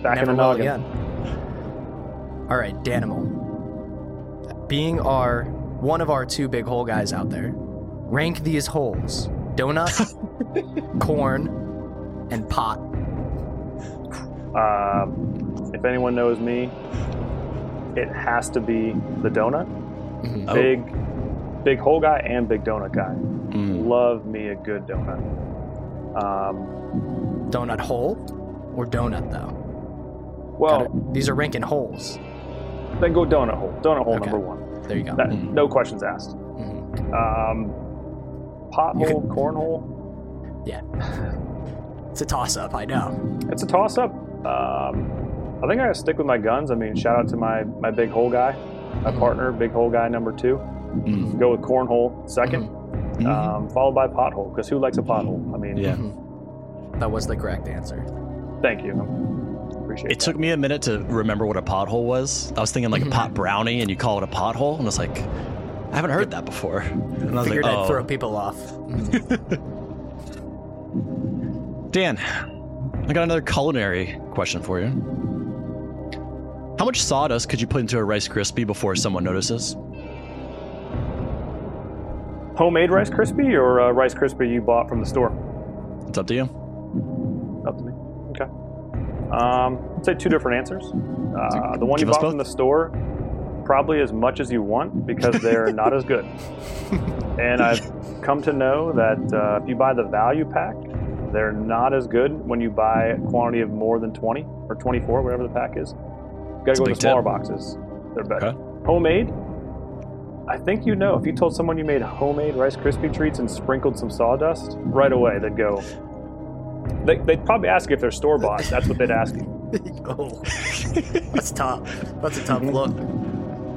Speaker 2: Back
Speaker 3: Never
Speaker 2: in the
Speaker 3: will
Speaker 2: noggin.
Speaker 3: again. All right, Danimal. Being our one of our two big hole guys out there, rank these holes: donut, corn, and pot.
Speaker 2: Um, if anyone knows me, it has to be the donut.
Speaker 3: Mm-hmm.
Speaker 4: Oh.
Speaker 2: Big,
Speaker 3: Oh.
Speaker 2: big hole guy and big donut guy.
Speaker 3: Hmm.
Speaker 4: Mm.
Speaker 2: Love me a good donut. Um,
Speaker 3: Donut hole or donut though?
Speaker 2: well,
Speaker 3: Gotta- these are ranking holes.
Speaker 2: then go donut hole. Donut hole
Speaker 3: Okay. Hmm.
Speaker 2: number one.
Speaker 3: There you go.
Speaker 2: That,
Speaker 4: Mm.
Speaker 2: No questions asked.
Speaker 3: Mhm.
Speaker 2: Um, pot
Speaker 3: You
Speaker 2: hole, corn hole.
Speaker 3: It's a toss-up, I know.
Speaker 2: It's a toss up. Um, I think I gotta stick with my guns. I mean, shout out to my my big hole guy, my
Speaker 3: Hmm.
Speaker 2: partner, big hole guy number two.
Speaker 4: Mm.
Speaker 2: Go with cornhole 2nd
Speaker 3: Hmm.
Speaker 4: Uh,
Speaker 3: Mm-hmm.
Speaker 2: um, followed by pothole. Because who likes a pothole? I mean,
Speaker 4: Yeah.
Speaker 3: That was the correct answer.
Speaker 2: thank you. Appreciate
Speaker 4: It took me a minute to remember what a pothole was. I was thinking like a pot brownie, and you call it a pothole, and I was like, I haven't heard that before. And I was
Speaker 3: Figured
Speaker 4: like,
Speaker 3: I'd
Speaker 4: oh.
Speaker 3: throw people off. Mm-hmm.
Speaker 4: Dan, I got another culinary question for you. How much sawdust could you put into a Rice Krispie before someone notices?
Speaker 2: homemade Rice Krispie or uh, Rice Krispie you bought from the store.
Speaker 4: It's up to you.
Speaker 2: Up to me. Okay. Um, I'd say two different answers. Uh, the one
Speaker 4: Give
Speaker 2: you
Speaker 4: us
Speaker 2: bought
Speaker 4: both.
Speaker 2: from the store, probably as much as you want because they're not as good. And I've come to know that uh, if you buy the value pack, they're not as good when you buy a quantity of more than 20 or 24, whatever the pack is. You
Speaker 4: It's
Speaker 2: gotta
Speaker 4: a
Speaker 2: go with
Speaker 4: big
Speaker 2: the smaller
Speaker 4: tip.
Speaker 2: boxes. They're better.
Speaker 4: Okay.
Speaker 2: Homemade? I think you know. If you told someone you made homemade Rice Krispie treats and sprinkled some sawdust, right away they'd go. They, they'd probably ask you if they're store bought. That's what they'd ask you.
Speaker 3: oh, that's tough. That's a tough look.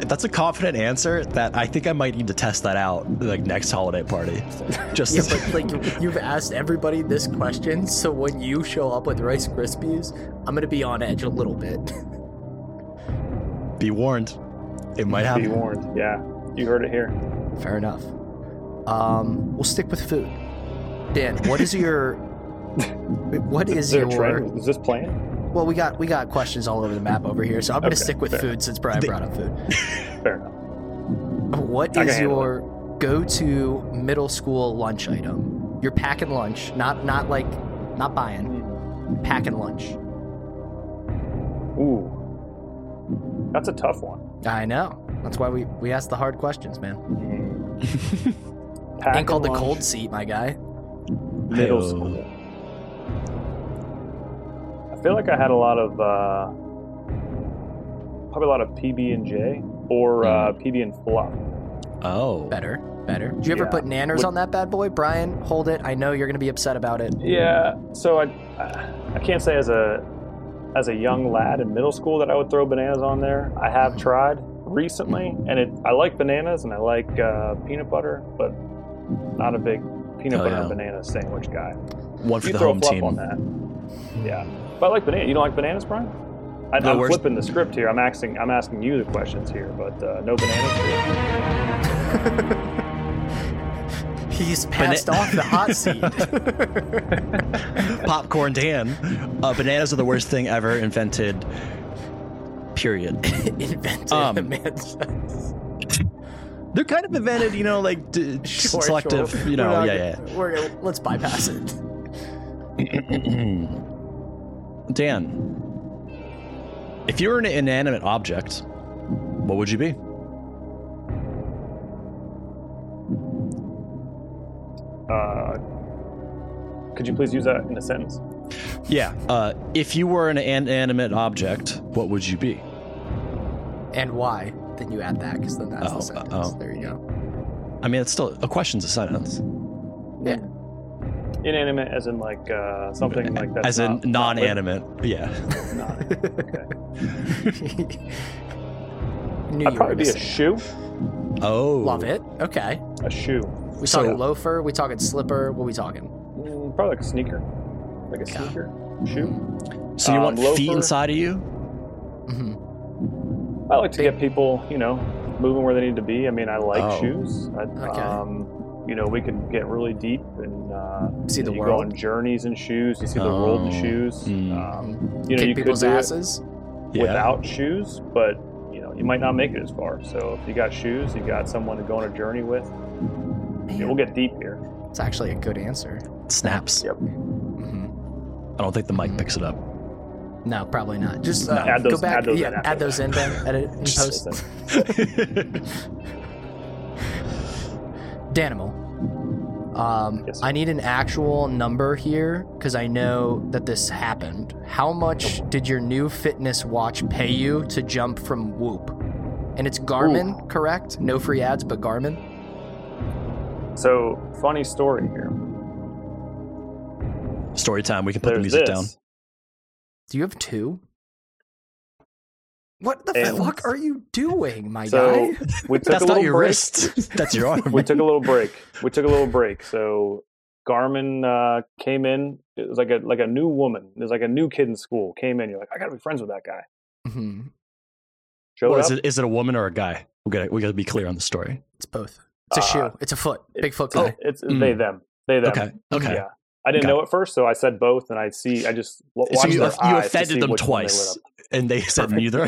Speaker 4: That's a confident answer that I think I might need to test that out like next holiday party. Just
Speaker 3: Yeah, but like you've asked everybody this question, so when you show up with Rice Krispies, I'm gonna be on edge a little bit.
Speaker 4: be warned. It might
Speaker 2: Be
Speaker 4: happen.
Speaker 2: warned. Yeah, you heard it here.
Speaker 3: Fair enough. Um, we'll stick with food. Dan, what is your what is
Speaker 2: Is there
Speaker 3: your
Speaker 2: a trend? Is this playing?
Speaker 3: well? We got we got questions all over the map over here, so I'm gonna
Speaker 2: Okay,
Speaker 3: stick with
Speaker 2: fair.
Speaker 3: food since Brian brought up food.
Speaker 2: Fair enough.
Speaker 3: What
Speaker 2: I can
Speaker 3: is
Speaker 2: handle
Speaker 3: your go-to middle school lunch item? Your packing lunch, not not like not
Speaker 2: Hmm.
Speaker 3: buying, packing lunch.
Speaker 2: Ooh, that's a tough one.
Speaker 3: I know. That's why we we ask the hard questions, man.
Speaker 2: Pack
Speaker 3: and called the
Speaker 2: lunch,
Speaker 3: cold seat, my guy.
Speaker 2: middle
Speaker 4: Hey-oh.
Speaker 2: school. I feel like I had a lot of uh, probably a lot of PB and J or uh,
Speaker 3: Hmm.
Speaker 2: PB and Fluff.
Speaker 4: Oh.
Speaker 3: Better, better. Did you ever
Speaker 2: Yeah.
Speaker 3: put nanners
Speaker 2: Would-
Speaker 3: on that bad boy, Brian? Hold it. I know you're gonna be upset about it.
Speaker 2: Yeah, so I, I can't say as a as a young lad in middle school that I would throw bananas on there. I
Speaker 3: Hmm.
Speaker 2: have tried recently, and it I like bananas and I like uh, peanut butter, but not a big peanut
Speaker 4: Oh,
Speaker 2: butter
Speaker 4: yeah.
Speaker 2: and banana sandwich guy.
Speaker 4: One for
Speaker 2: you
Speaker 4: the
Speaker 2: throw
Speaker 4: home
Speaker 2: fluff
Speaker 4: team.
Speaker 2: on that. Yeah, but I like banana. You don't like bananas, Brian? I,
Speaker 4: No,
Speaker 2: I'm
Speaker 4: where's-
Speaker 2: flipping the script here. I'm asking I'm asking you the questions here, but uh, no bananas. for you?
Speaker 3: He's passed off the hot seat.
Speaker 4: Popcorn Dan. Uh, bananas are the worst thing ever invented. Period.
Speaker 3: Invented
Speaker 4: Um,
Speaker 3: the man.
Speaker 4: They're kind of invented, you know, like d-
Speaker 3: Sure,
Speaker 4: selective,
Speaker 3: sure.
Speaker 4: you know,
Speaker 3: We're not
Speaker 4: yeah, yeah.
Speaker 3: gonna- We're gonna, let's bypass it.
Speaker 4: Dan, if you were an inanimate object, what would you be?
Speaker 2: Uh, could you please use that in a sentence?
Speaker 4: Yeah. Uh, if you were an inanimate object, what would you be?
Speaker 3: And why? Then you add that because then that's
Speaker 4: Oh,
Speaker 3: the sentence.
Speaker 4: oh.
Speaker 3: There you go.
Speaker 4: I mean, it's still a question's a sentence.
Speaker 3: Yeah.
Speaker 2: Inanimate, as in like uh, something like that.
Speaker 4: As in non-animate. yeah.
Speaker 3: Knew
Speaker 2: I'd
Speaker 3: you
Speaker 2: probably
Speaker 3: were
Speaker 2: be a
Speaker 3: missing it.
Speaker 2: shoe.
Speaker 4: Oh.
Speaker 3: Love it. Okay.
Speaker 2: A shoe.
Speaker 3: We
Speaker 4: So-
Speaker 3: talking loafer. We talking slipper. What we talking?
Speaker 2: Mm, probably like a sneaker. Like a sneaker. Shoe.
Speaker 4: Mm-hmm. So you
Speaker 2: Um,
Speaker 4: want feet
Speaker 2: loafer.
Speaker 4: inside of you?
Speaker 3: Mhm.
Speaker 2: I like to get people, you know, moving where they need to be. I mean, I like
Speaker 4: Oh.
Speaker 2: shoes. I,
Speaker 3: Okay.
Speaker 2: um, you know, we can get really deep and uh,
Speaker 3: See the
Speaker 2: you go on
Speaker 3: world.
Speaker 2: journeys in shoes. You see the world in
Speaker 4: Oh.
Speaker 2: shoes.
Speaker 4: Mm.
Speaker 2: Um, you know, you could
Speaker 3: Kick people's
Speaker 2: do it
Speaker 3: asses.
Speaker 4: Yeah.
Speaker 2: without shoes, but you know, you might not make it as far. So if you got shoes, you got someone to go on a journey with. Yeah, we'll get deep here.
Speaker 3: It's actually a good answer.
Speaker 4: Snaps.
Speaker 2: Yep.
Speaker 3: Mhm.
Speaker 4: I don't think the mic picks it up.
Speaker 3: No, probably not. Just uh,
Speaker 2: Add those-
Speaker 3: go back.
Speaker 2: add those
Speaker 3: yeah,
Speaker 2: in after
Speaker 3: add those
Speaker 2: that.
Speaker 3: in then. Edit and post. Danimal. Um,
Speaker 2: Yes.
Speaker 3: I need an actual number here because I know that this happened. How much did your new fitness watch pay you to jump from Whoop? And it's Garmin, correct? No free ads, but Garmin.
Speaker 2: So funny story here.
Speaker 4: Story time. We can put the
Speaker 2: There's
Speaker 4: music
Speaker 2: this.
Speaker 4: down.
Speaker 3: Do you have two? What the
Speaker 2: And-
Speaker 3: fuck are you doing, my
Speaker 2: So
Speaker 3: guy?
Speaker 2: we took
Speaker 4: That's
Speaker 2: a
Speaker 4: not
Speaker 2: little
Speaker 4: your
Speaker 2: break.
Speaker 4: wrist. That's your arm.
Speaker 2: we took a little break. We took a little break. So Garmin uh, came in. It was like a like a new woman. It was like a new kid in school. Came in. You're like, I gotta be friends with that guy.
Speaker 3: Mhm.
Speaker 2: Showed
Speaker 4: Well, is
Speaker 2: up.
Speaker 4: it is it a woman or a guy? We gotta we gotta be clear on the story.
Speaker 3: It's both. It's a
Speaker 2: Uh,
Speaker 3: shoe. It's a foot.
Speaker 2: it- Oh,
Speaker 3: Big foot
Speaker 2: It's,
Speaker 3: guy.
Speaker 2: it's
Speaker 4: Mm.
Speaker 2: they them. They them.
Speaker 4: Okay. Okay.
Speaker 2: Yeah. I didn't
Speaker 4: Got
Speaker 2: know at first, so I said both, and I see. I just w-
Speaker 4: So
Speaker 2: watched
Speaker 4: you,
Speaker 2: their
Speaker 4: you
Speaker 2: eyes to see
Speaker 4: offended them
Speaker 2: which one they lit
Speaker 4: twice,
Speaker 2: up.
Speaker 4: and they said neither.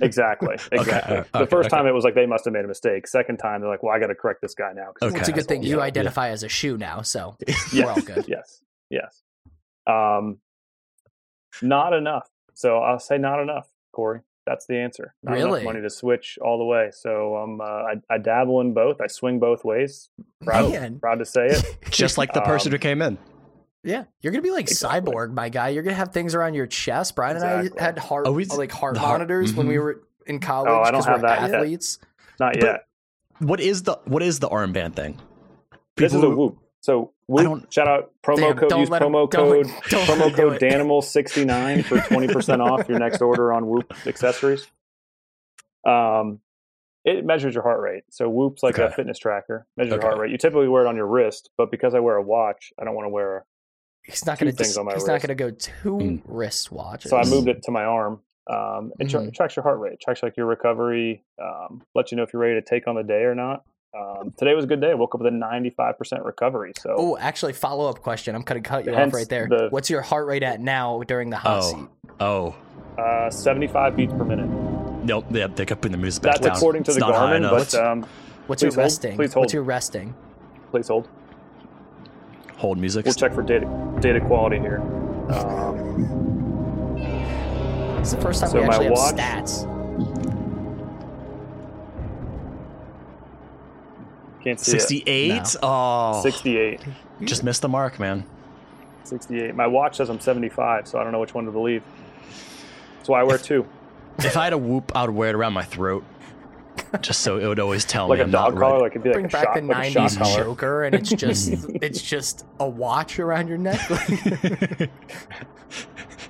Speaker 2: Exactly. Exactly.
Speaker 4: okay,
Speaker 2: the first
Speaker 4: okay.
Speaker 2: time it was like they must have made a mistake. Second time they're like, well, I got to correct this guy now. 'cause
Speaker 3: Well, it's a
Speaker 4: okay.
Speaker 3: good thing
Speaker 2: Yeah,
Speaker 3: you
Speaker 2: yeah.
Speaker 3: identify as a shoe now, so
Speaker 2: Yes.
Speaker 3: we're all good.
Speaker 2: Yes. Yes. Um, not enough. So I'll say not enough, Corey. That's the answer. Not enough
Speaker 3: Really?
Speaker 2: money to switch all the way. So um, uh, I, I dabble in both. I swing both ways. Proud,
Speaker 3: Man.
Speaker 2: proud to say it.
Speaker 4: Just like the person
Speaker 2: Um,
Speaker 4: who came in.
Speaker 3: Yeah, you're gonna be like
Speaker 2: Exactly.
Speaker 3: cyborg, my guy. You're gonna have things around your chest. Brian and
Speaker 2: Exactly. Oh,
Speaker 3: I had heart,
Speaker 4: Oh, we-
Speaker 3: like heart
Speaker 4: the heart-
Speaker 3: monitors when we
Speaker 4: mhm.
Speaker 3: were in college.
Speaker 2: I don't
Speaker 3: 'cause
Speaker 2: have
Speaker 3: we're
Speaker 2: that yet.
Speaker 3: athletes.
Speaker 2: Not yet.
Speaker 4: What is the what is the armband thing?
Speaker 2: this is a
Speaker 4: People who-
Speaker 2: whoop. So whoop,
Speaker 4: don't-
Speaker 2: shout out promo
Speaker 3: Damn,
Speaker 2: code.
Speaker 3: don't
Speaker 2: Use
Speaker 3: let 'em-
Speaker 2: promo
Speaker 3: don't-
Speaker 2: code
Speaker 3: don't let 'em
Speaker 2: promo
Speaker 3: do
Speaker 2: code
Speaker 3: it.
Speaker 2: Danimal sixty nine for twenty percent off your next order on Whoop accessories. Um, it measures your heart rate. So Whoop's like a
Speaker 4: Okay.
Speaker 2: fitness tracker. Measures your heart
Speaker 4: Okay.
Speaker 2: rate. You typically wear it on your wrist, but because I wear a watch, I don't want to wear.
Speaker 3: He's not
Speaker 2: Two
Speaker 3: gonna.
Speaker 2: things
Speaker 3: Dis-
Speaker 2: on my
Speaker 3: he's
Speaker 2: wrist.
Speaker 3: not gonna go two
Speaker 4: Mm.
Speaker 3: wrist watches.
Speaker 2: So I moved it to my arm. Um, it, tra-
Speaker 3: Mhm.
Speaker 2: tracks your heart rate. It tracks like your recovery. Um, lets you know if you're ready to take on the day or not. Um, today was a good day. I woke up with a ninety five percent recovery. So
Speaker 3: Oh, actually, follow up question. I'm gonna cut you
Speaker 2: Hence
Speaker 3: off right there.
Speaker 2: the-
Speaker 3: What's your heart rate at now during the hot seat?
Speaker 4: Oh, oh,
Speaker 2: uh, seventy five beats per minute.
Speaker 4: nope. They they kept putting the music back
Speaker 2: That's
Speaker 4: down.
Speaker 2: according to
Speaker 4: It's
Speaker 2: the
Speaker 4: not high
Speaker 2: Garmin,
Speaker 4: enough.
Speaker 2: but um, please
Speaker 3: What's your
Speaker 2: hold,
Speaker 3: resting?
Speaker 2: please hold.
Speaker 3: What's your resting?
Speaker 2: please hold.
Speaker 4: hold music.
Speaker 2: We'll check for data data quality here. Um,
Speaker 3: It's the first time
Speaker 2: So
Speaker 3: we
Speaker 2: my
Speaker 3: actually have
Speaker 2: watch-
Speaker 3: stats.
Speaker 2: can't see it.
Speaker 4: Sixty-eight. Oh,
Speaker 2: 68.
Speaker 4: just missed the mark, man.
Speaker 2: 68. My watch says I'm 75, so I don't know which one to believe. That's why I wear two.
Speaker 4: If I had a whoop, I would wear it around my throat, just so it would always tell
Speaker 2: Like
Speaker 4: me
Speaker 2: a
Speaker 4: I'm
Speaker 2: dog
Speaker 4: Oh, not
Speaker 2: collar,
Speaker 4: ready.
Speaker 2: like it'd be like
Speaker 3: Bring
Speaker 2: a
Speaker 3: back
Speaker 2: shot,
Speaker 3: the
Speaker 2: like a shot
Speaker 3: '90s
Speaker 2: collar.
Speaker 3: choker, and it's just it's just a watch around your neck.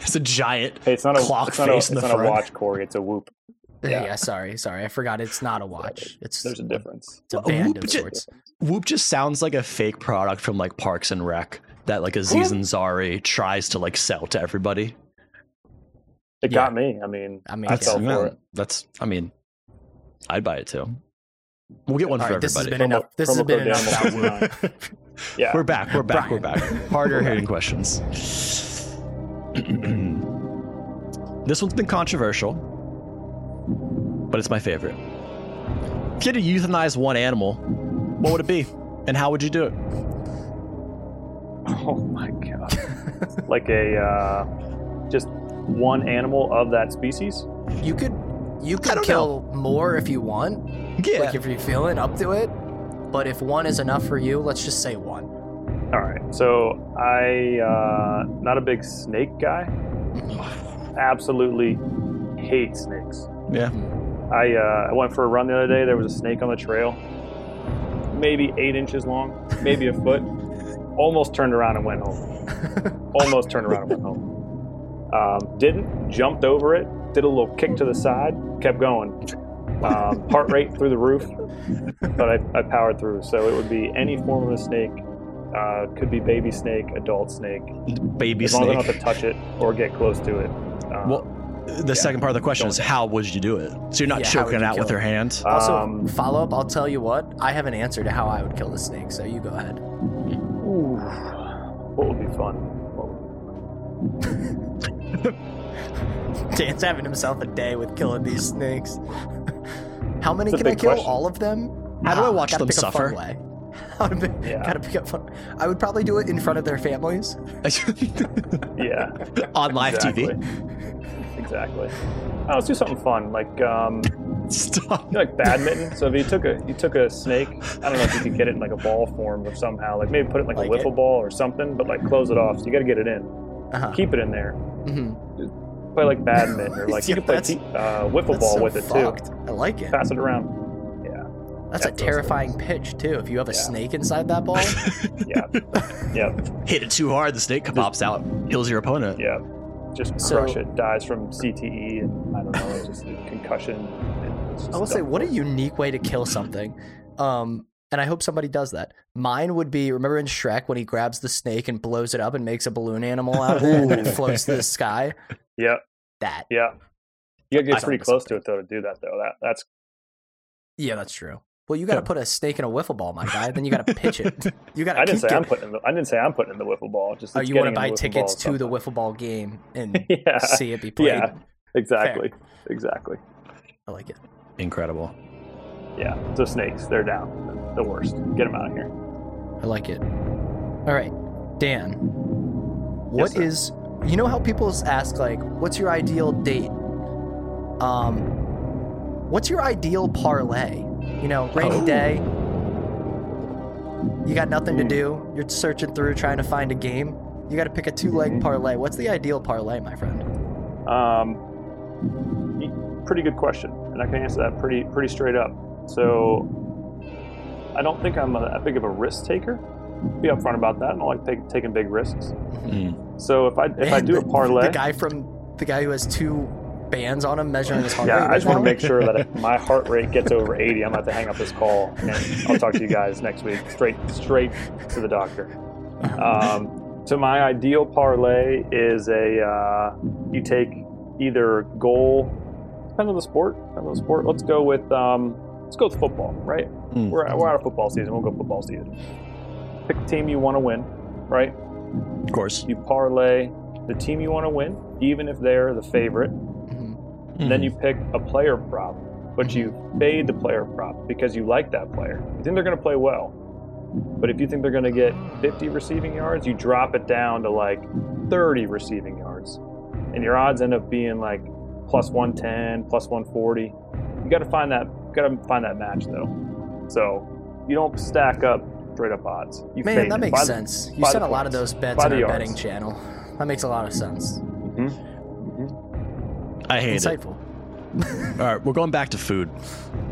Speaker 4: it's a giant
Speaker 2: Hey, it's not a
Speaker 4: clock
Speaker 2: it's not a,
Speaker 4: face
Speaker 2: it's
Speaker 4: in the
Speaker 2: not a
Speaker 4: front.
Speaker 2: watch, Corey. It's a whoop.
Speaker 3: Yeah.
Speaker 2: Yeah.
Speaker 3: sorry, sorry. I forgot it's not a watch. It's
Speaker 2: There's a Oh, difference.
Speaker 3: it's a
Speaker 4: A
Speaker 3: band
Speaker 4: whoop
Speaker 3: of
Speaker 4: ju-
Speaker 3: sorts.
Speaker 4: Whoop just sounds like a fake product from like Parks and Rec that like Aziz Ansari tries to like sell to everybody.
Speaker 2: It
Speaker 3: Yeah.
Speaker 2: got me. I mean,
Speaker 3: I mean,
Speaker 2: I
Speaker 3: yeah.
Speaker 2: fell for it.
Speaker 4: That's I mean, I'd buy it too. We'll get one
Speaker 3: All
Speaker 4: for
Speaker 3: right, this has
Speaker 4: everybody.
Speaker 3: been enough. This has
Speaker 2: promo
Speaker 3: been
Speaker 2: code
Speaker 3: enough about
Speaker 2: down.
Speaker 3: Whoop.
Speaker 2: Yeah.
Speaker 4: We're back. We're back. We're back. Harder hitting questions. this one's been controversial, but it's my favorite. If you had to euthanize one animal, what would it be, and how would you do it?
Speaker 2: Oh my god. like a uh, just one animal of that species.
Speaker 3: You could, you could
Speaker 4: don't
Speaker 3: kill more if you want.
Speaker 4: Yeah,
Speaker 3: Like if you're feeling up to it. But if one is enough for you, let's just say one.
Speaker 2: All right. So I, uh, not a big snake guy. Absolutely hate snakes.
Speaker 4: Yeah.
Speaker 2: I uh, I went for a run the other day. There was a snake on the trail, maybe eight inches long, maybe a foot. Almost turned around and went home. Almost turned around and went home. Um, didn't jumped over it. Did a little kick to the side. Kept going. Um, heart rate through the roof, but I, I powered through. So it would be any form of a snake. Uh, could be baby snake, adult snake.
Speaker 4: Baby
Speaker 2: as long as I
Speaker 4: snake.
Speaker 2: don't have to touch it or get close to it. Um,
Speaker 4: Well, the second part of the question is how would you do it? So you're not
Speaker 3: Yeah, how would
Speaker 4: choking it
Speaker 3: you
Speaker 4: out
Speaker 3: kill
Speaker 4: with
Speaker 3: it?
Speaker 4: your hand.
Speaker 3: Also,
Speaker 2: um,
Speaker 3: follow up. I'll tell you what. I have an answer to how I would kill the snake. So you go ahead.
Speaker 2: Ooh, what would be fun? What would-
Speaker 3: Dan's having himself a day with killing these snakes. How many
Speaker 2: It's a
Speaker 3: can I
Speaker 2: big
Speaker 3: kill?
Speaker 2: question.
Speaker 3: All of them?
Speaker 4: How do I
Speaker 3: Ah,
Speaker 4: watch
Speaker 3: gotta
Speaker 4: them
Speaker 3: pick a fun
Speaker 4: suffer?
Speaker 3: way. How to pick-
Speaker 2: Yeah.
Speaker 3: Gotta pick up fun. I would probably do it in front of their families.
Speaker 2: Yeah,
Speaker 4: On live TV.
Speaker 2: TV. Exactly. Oh, let's do something fun, like um, you
Speaker 4: Stop.
Speaker 2: know, like badminton. So if you took a you took a snake, I don't know if you could get it in like a ball form or somehow, like maybe put it in like, a
Speaker 3: Like it?
Speaker 2: wiffle ball or something, but like close it off. So you got to get it in,
Speaker 3: Uh-huh.
Speaker 2: keep it in there.
Speaker 3: Mhm.
Speaker 2: Play like badminton or like
Speaker 3: Yeah,
Speaker 2: you could play
Speaker 3: that's-
Speaker 2: te- uh, wiffle
Speaker 3: That's
Speaker 2: ball
Speaker 3: so
Speaker 2: with it
Speaker 3: fucked.
Speaker 2: too.
Speaker 3: I like it.
Speaker 2: Pass it around.
Speaker 3: That's a
Speaker 2: that's those
Speaker 3: terrifying pitch too. If you have a snake inside that ball,
Speaker 2: Yeah, yeah,
Speaker 4: Hit it too hard, the snake pops out, kills your opponent.
Speaker 2: yeah. Just
Speaker 3: So-
Speaker 2: crush it. Dies from CTE and I don't know, just a concussion. It's just
Speaker 3: I will say,
Speaker 2: dumb.
Speaker 3: what a unique way to kill something. Um, and I hope somebody does that. Mine would be remember in Shrek when he grabs the snake and blows it up and makes a balloon animal out of it and it floats to the sky.
Speaker 2: Yeah,
Speaker 3: That.
Speaker 2: yeah. You gotta
Speaker 3: I
Speaker 2: get
Speaker 3: saw
Speaker 2: pretty
Speaker 3: this
Speaker 2: close to it though to do that though. That that's
Speaker 3: Yeah, that's true. Well, you got to put a snake in a wiffle ball, my guy. Then you got to pitch it. You got to.
Speaker 2: I didn't say
Speaker 3: it.
Speaker 2: I'm putting. In the, I didn't say I'm putting in the wiffle ball. Just
Speaker 3: Oh,
Speaker 2: it's
Speaker 3: you want to
Speaker 2: getting in the
Speaker 3: buy
Speaker 2: wiffle
Speaker 3: tickets
Speaker 2: ball
Speaker 3: to the wiffle ball game and
Speaker 2: sometime. yeah,
Speaker 3: see it be played.
Speaker 2: Yeah. exactly, exactly.
Speaker 3: I like it.
Speaker 4: Incredible.
Speaker 2: Yeah, so snakes, they're down. The worst. Get them out of here.
Speaker 3: I like it. All right, Dan. What
Speaker 2: sir.
Speaker 3: is? you know how people ask like, what's your ideal date? Um, what's your ideal parlay? You know, rainy
Speaker 2: Oh.
Speaker 3: day. You got nothing to do. You're searching through trying to find a game. You got to pick a two-leg
Speaker 2: Mm-hmm.
Speaker 3: parlay. What's the ideal parlay, my friend?
Speaker 2: Um, y- pretty good question, and I can answer that pretty pretty straight up. So, I don't think I'm a, that big of a risk taker. Be upfront about that. I don't like take, taking big risks.
Speaker 4: Mm.
Speaker 2: So if I if I
Speaker 3: Man,
Speaker 2: do a
Speaker 3: the-
Speaker 2: parlay,
Speaker 3: the guy from the guy who has two bands on him measuring his heart
Speaker 2: Yeah,
Speaker 3: rate
Speaker 2: I just
Speaker 3: right
Speaker 2: want to
Speaker 3: now?
Speaker 2: make sure that if my heart rate gets over 80, I'm going to have to hang up this call, and I'll talk to you guys next week. Straight, straight to the doctor. Um, so my ideal parlay is a uh, you take either goal depends on the sport depends on the sport. Let's go with um, let's go with football, right?
Speaker 4: Mm.
Speaker 2: We're we're out of football season. We'll go football season. Pick the team you want to win, right?
Speaker 4: Of course.
Speaker 2: You parlay the team you want to win, even if they're the favorite.
Speaker 3: Mm-hmm.
Speaker 2: And then you pick a player prop, but you
Speaker 3: Mm-hmm.
Speaker 2: fade the player prop because you like that player. You think they're going to play well. But if you think they're going to get 50 receiving yards, you drop it down to like 30 receiving yards. And your odds end up being like plus 110, plus 140. You got to find that got to find that match though. So, you don't stack up straight up odds. You
Speaker 3: Man,
Speaker 2: fade
Speaker 3: that
Speaker 2: it.
Speaker 3: makes
Speaker 2: By the-
Speaker 3: sense. You
Speaker 2: by the
Speaker 3: said a lot of
Speaker 2: points.
Speaker 3: those bets
Speaker 2: By
Speaker 3: on
Speaker 2: the
Speaker 3: our
Speaker 2: yards.
Speaker 3: betting channel. That makes a lot of sense.
Speaker 4: Mm. I hate it.
Speaker 3: Insightful.
Speaker 4: All right, we're going back to food.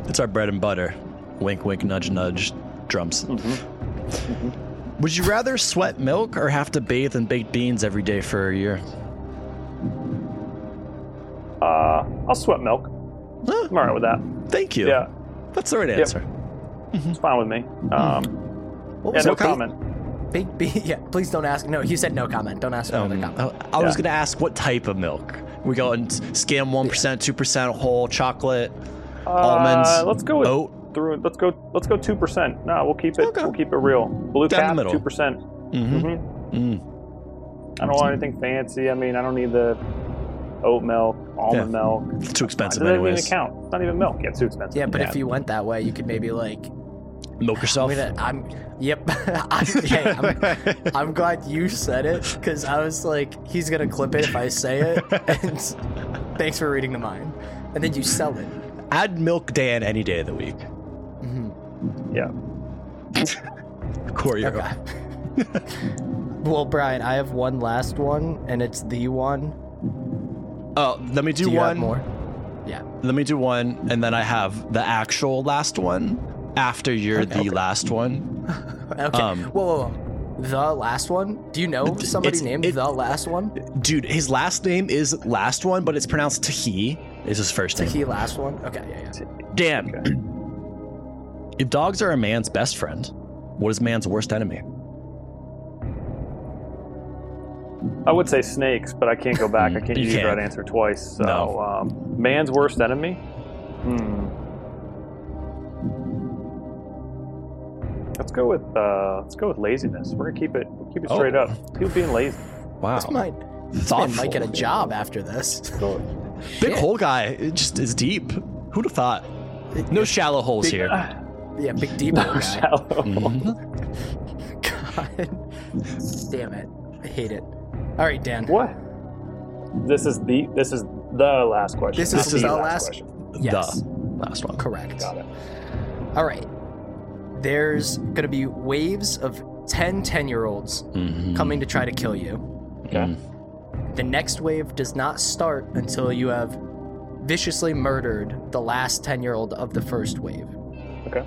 Speaker 4: It's our bread and butter. Wink, wink, nudge, nudge, drums.
Speaker 2: Mm-hmm.
Speaker 4: Would you rather sweat milk or have to bathe in baked beans every day for a year?
Speaker 2: Uh, I'll sweat milk.
Speaker 4: Huh,
Speaker 2: I'm all right with that.
Speaker 4: thank you.
Speaker 2: Yeah,
Speaker 4: That's the right answer.
Speaker 2: it's fine with me.
Speaker 3: Mm.
Speaker 2: Um,
Speaker 3: What
Speaker 2: yeah,
Speaker 3: was
Speaker 2: no
Speaker 3: it?
Speaker 2: comment.
Speaker 3: Big B. Yeah, please don't ask. No, he said no comment. Don't ask for another
Speaker 4: Um, I,
Speaker 3: comment.
Speaker 4: I was
Speaker 2: Yeah.
Speaker 4: going to ask what type of milk. We go and skim 1%, 2% whole, chocolate, almonds,
Speaker 2: Uh, let's go with
Speaker 4: oat.
Speaker 2: through. Let's go. Let's go two percent. No, we'll keep it.
Speaker 4: Okay.
Speaker 2: We'll keep it real. Blue
Speaker 4: Down the
Speaker 2: cap
Speaker 4: middle.
Speaker 2: two percent.
Speaker 4: Mm-hmm.
Speaker 2: Mm-hmm.
Speaker 4: Mm.
Speaker 2: I don't want anything fancy. I mean, I don't need the oat milk, almond milk.
Speaker 4: It's too
Speaker 2: It
Speaker 4: expensive,
Speaker 2: doesn't even
Speaker 4: anyways.
Speaker 2: count. It's not even milk. Yeah, it's too expensive.
Speaker 3: yeah, but
Speaker 4: oh, yeah.
Speaker 3: if you went that way, you could maybe like.
Speaker 4: Milk yourself.
Speaker 3: I'm, gonna, I'm yep. I'm, hey, I'm, I'm glad you said it because I was like, he's gonna clip it if I say it. And thanks for reading the mind. And then you sell it.
Speaker 4: Add milk Dan any day of the week.
Speaker 2: Yeah.
Speaker 4: Corey, you're
Speaker 3: Okay. Well, Brian, I have one last one, and it's the one.
Speaker 4: Oh, let me do,
Speaker 3: Do you have
Speaker 4: one
Speaker 3: more? Yeah.
Speaker 4: Let me do one, and then I have the actual last one after you're the last one.
Speaker 3: Okay.
Speaker 4: Um,
Speaker 3: whoa, whoa, whoa. The last one? Do you know somebody
Speaker 4: it's-
Speaker 3: named
Speaker 4: it-
Speaker 3: the last one?
Speaker 4: Dude, his last name is last one, but it's pronounced Tahi. Is his first name?
Speaker 3: He last one? Okay, yeah, yeah.
Speaker 4: Damn. if dogs are a man's best friend, what is man's worst enemy?
Speaker 2: I would say snakes, but I can't go back. I can't
Speaker 4: Hmm. You
Speaker 2: use
Speaker 4: can't.
Speaker 2: that answer twice. So,
Speaker 4: No.
Speaker 2: um, man's worst enemy. Hmm. Let's go with uh, let's go with laziness. We're gonna keep it keep it straight
Speaker 4: Oh.
Speaker 2: up. People being lazy.
Speaker 4: Wow.
Speaker 3: This might, this man
Speaker 4: Oh. Thoughtful.
Speaker 3: might get a job after this.
Speaker 4: Big hole guy. It just is deep. Who'd have thought? No shallow holes
Speaker 3: Big-
Speaker 4: here. Mm-hmm.
Speaker 3: yeah, big deep guy.
Speaker 2: Shallow.
Speaker 3: God. Damn it. I hate it. All right, Dan.
Speaker 2: What? This is the this is the last question.
Speaker 3: This
Speaker 2: not
Speaker 3: is the last-
Speaker 2: question.
Speaker 3: Yes.
Speaker 4: The last one.
Speaker 3: Correct.
Speaker 2: Got it.
Speaker 3: All right. There's going to be waves of 10 10 year olds
Speaker 4: Mhm.
Speaker 3: coming to try to kill you.
Speaker 2: Okay.
Speaker 3: The next wave does not start until you have viciously murdered the last 10 year old of the first wave.
Speaker 2: Okay.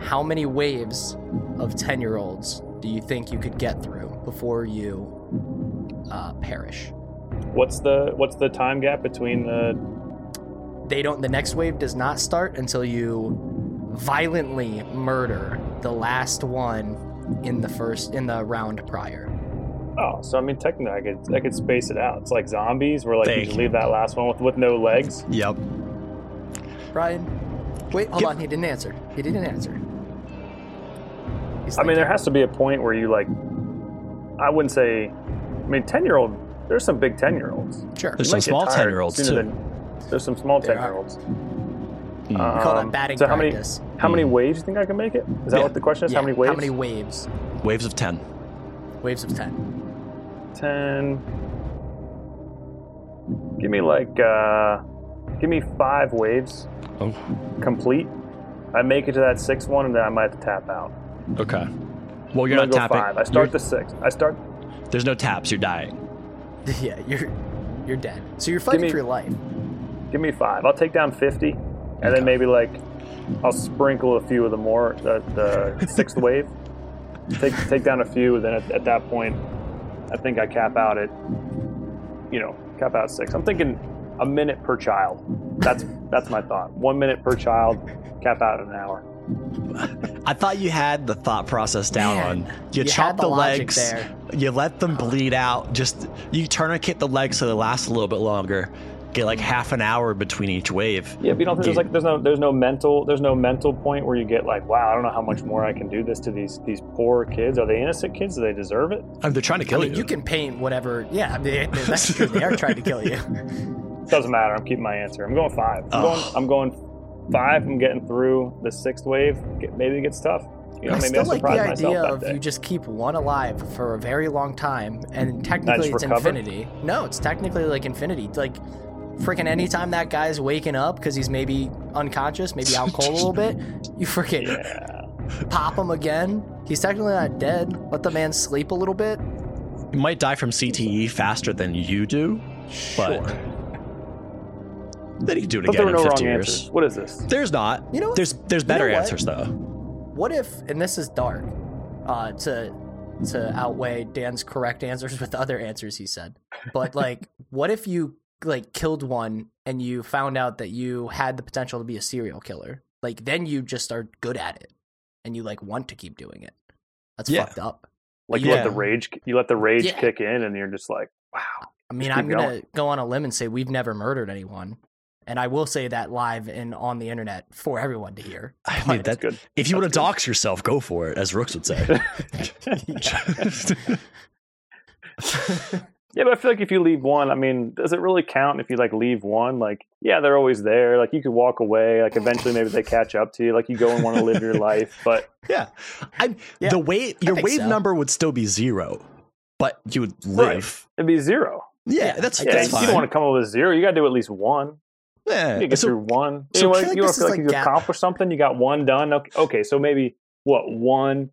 Speaker 3: How many waves of 10 year olds do you think you could get through before you uh, perish?
Speaker 2: What's the what's the time gap between the?
Speaker 3: They don't, the next wave does not start until you violently murder the last one in the first, in the round prior.
Speaker 2: Oh, so I mean, technically, I could I could space it out. It's like zombies, where like you
Speaker 4: Thank
Speaker 2: just
Speaker 4: you.
Speaker 2: leave that last one with with no legs.
Speaker 4: Yep.
Speaker 3: Brian, wait, hold
Speaker 4: Yep.
Speaker 3: on. He didn't answer. He didn't answer. He's
Speaker 2: I mean,
Speaker 3: thinking.
Speaker 2: there has to be a point where you like. I wouldn't say. I mean, ten year old. There's some big ten year olds.
Speaker 3: sure.
Speaker 4: There's some small 10 year olds, too.
Speaker 2: There's some small
Speaker 3: There
Speaker 2: ten
Speaker 3: are.
Speaker 2: year olds.
Speaker 4: Mm.
Speaker 3: We call that batting
Speaker 2: um, so how many
Speaker 3: practice.
Speaker 2: how many waves do you think I can make it? Is that
Speaker 4: Yeah.
Speaker 2: what the question is?
Speaker 3: Yeah,
Speaker 2: how many waves?
Speaker 3: How many waves?
Speaker 4: Waves of 10.
Speaker 3: Waves of ten.
Speaker 2: Ten. Give me like. uh Give me five waves
Speaker 4: Oh,
Speaker 2: complete. I make it to that sixth one, and then I might have to tap out.
Speaker 4: okay. Well,
Speaker 2: I'm
Speaker 4: you're
Speaker 2: gonna
Speaker 4: not
Speaker 2: go
Speaker 4: tapping.
Speaker 2: Five. I start
Speaker 4: You're-
Speaker 2: the sixth. I start.
Speaker 4: There's no taps. You're dying.
Speaker 3: yeah, you're you're dead. So you're fighting
Speaker 2: me-
Speaker 3: for your life.
Speaker 2: Give me five. I'll take down fifty, and then maybe like I'll sprinkle a few of the more the, the sixth wave. Take take down a few. Then at, at that point, I think I cap out at you know cap out six. I'm thinking a minute per child. That's that's my thought. One minute per child. Cap out at an hour.
Speaker 4: I thought you had the thought process down
Speaker 3: Man,
Speaker 4: on. You,
Speaker 3: you
Speaker 4: chop
Speaker 3: had the
Speaker 4: the,
Speaker 3: logic
Speaker 4: legs.
Speaker 3: there.
Speaker 4: You let them bleed out. Just you tourniquet the legs so they last a little bit longer. Get like half an hour between each wave.
Speaker 2: Yeah, but you don't think there's
Speaker 4: Dude.
Speaker 2: like there's no there's no mental there's no mental point where you get like wow I don't know how much more I can do this to these these poor kids are they innocent kids do they deserve it
Speaker 4: Oh, they're trying to
Speaker 3: I
Speaker 4: kill
Speaker 3: mean, you can paint whatever. Yeah, I mean, that's true. They are trying to kill you.
Speaker 2: Doesn't matter. I'm keeping my answer. I'm going five. I'm
Speaker 4: Ugh.
Speaker 2: going. I'm going five. I'm getting through the sixth wave. Get, maybe it gets tough. You know,
Speaker 3: I
Speaker 2: maybe
Speaker 3: still
Speaker 2: I'll
Speaker 3: like the
Speaker 2: surprise
Speaker 3: idea
Speaker 2: myself
Speaker 3: of
Speaker 2: that day.
Speaker 3: you just keep one alive for a very long time, and technically it's
Speaker 2: recover?
Speaker 3: infinity. No, it's technically like infinity. Like freaking anytime that guy's waking up because he's maybe unconscious, maybe out cold a little bit, you freaking pop him again. He's technically not dead. Let the man sleep a little bit.
Speaker 4: You might die from CTE faster than you do, but then you can do it
Speaker 2: but there
Speaker 4: again
Speaker 2: were
Speaker 4: in
Speaker 2: no wrong
Speaker 4: 50 years.
Speaker 2: ansers. What is this?
Speaker 4: There's not.
Speaker 3: You know-
Speaker 4: there's there's better
Speaker 3: what?
Speaker 4: answers though.
Speaker 3: What if, and this is dark, uh, to to outweigh Dan's correct answers with other answers he said. But like, what if you like killed one and you found out that you had the potential to be a serial killer? Like, then you just are good at it, and you like want to keep doing it. That's
Speaker 4: Yeah.
Speaker 3: fucked up.
Speaker 2: Like you
Speaker 4: Yeah.
Speaker 2: let the rage. You let the rage
Speaker 3: Yeah.
Speaker 2: kick in, and you're just like, wow.
Speaker 3: I mean,
Speaker 2: Keep
Speaker 3: I'm gonna
Speaker 2: going.
Speaker 3: go on a limb and say we've never murdered anyone, and I will say that live and on the internet for everyone to hear.
Speaker 4: I mean,
Speaker 2: That's
Speaker 4: that,
Speaker 2: good.
Speaker 4: if you want to
Speaker 2: That's good.
Speaker 4: dox yourself, go for it, as Rooks would say.
Speaker 2: Yeah, but I feel like if you leave one, I mean, does it really count if you like leave one? Like, yeah, they're always there. Like you could walk away. Like eventually, maybe they catch up to you. Like you go and want to live your life, but
Speaker 4: yeah. I'm,
Speaker 3: Yeah,
Speaker 4: the wave your
Speaker 3: think
Speaker 4: wave
Speaker 3: so.
Speaker 4: number would still be zero, but you would
Speaker 2: Right.
Speaker 4: live.
Speaker 2: it'd be zero.
Speaker 4: Yeah, that's,
Speaker 2: Yeah,
Speaker 4: that's
Speaker 2: you
Speaker 4: fine.
Speaker 2: don't want to come up with zero. You got to do at least one.
Speaker 4: Yeah,
Speaker 2: You gotta get
Speaker 4: so-
Speaker 2: through one.
Speaker 3: Uh, so
Speaker 2: you
Speaker 3: I feel
Speaker 2: know,
Speaker 3: like
Speaker 2: you wanna
Speaker 3: this
Speaker 2: feel
Speaker 3: is
Speaker 2: like
Speaker 3: a
Speaker 2: you
Speaker 3: gap.
Speaker 2: accomplished something. You got one done. Okay, okay, so maybe what one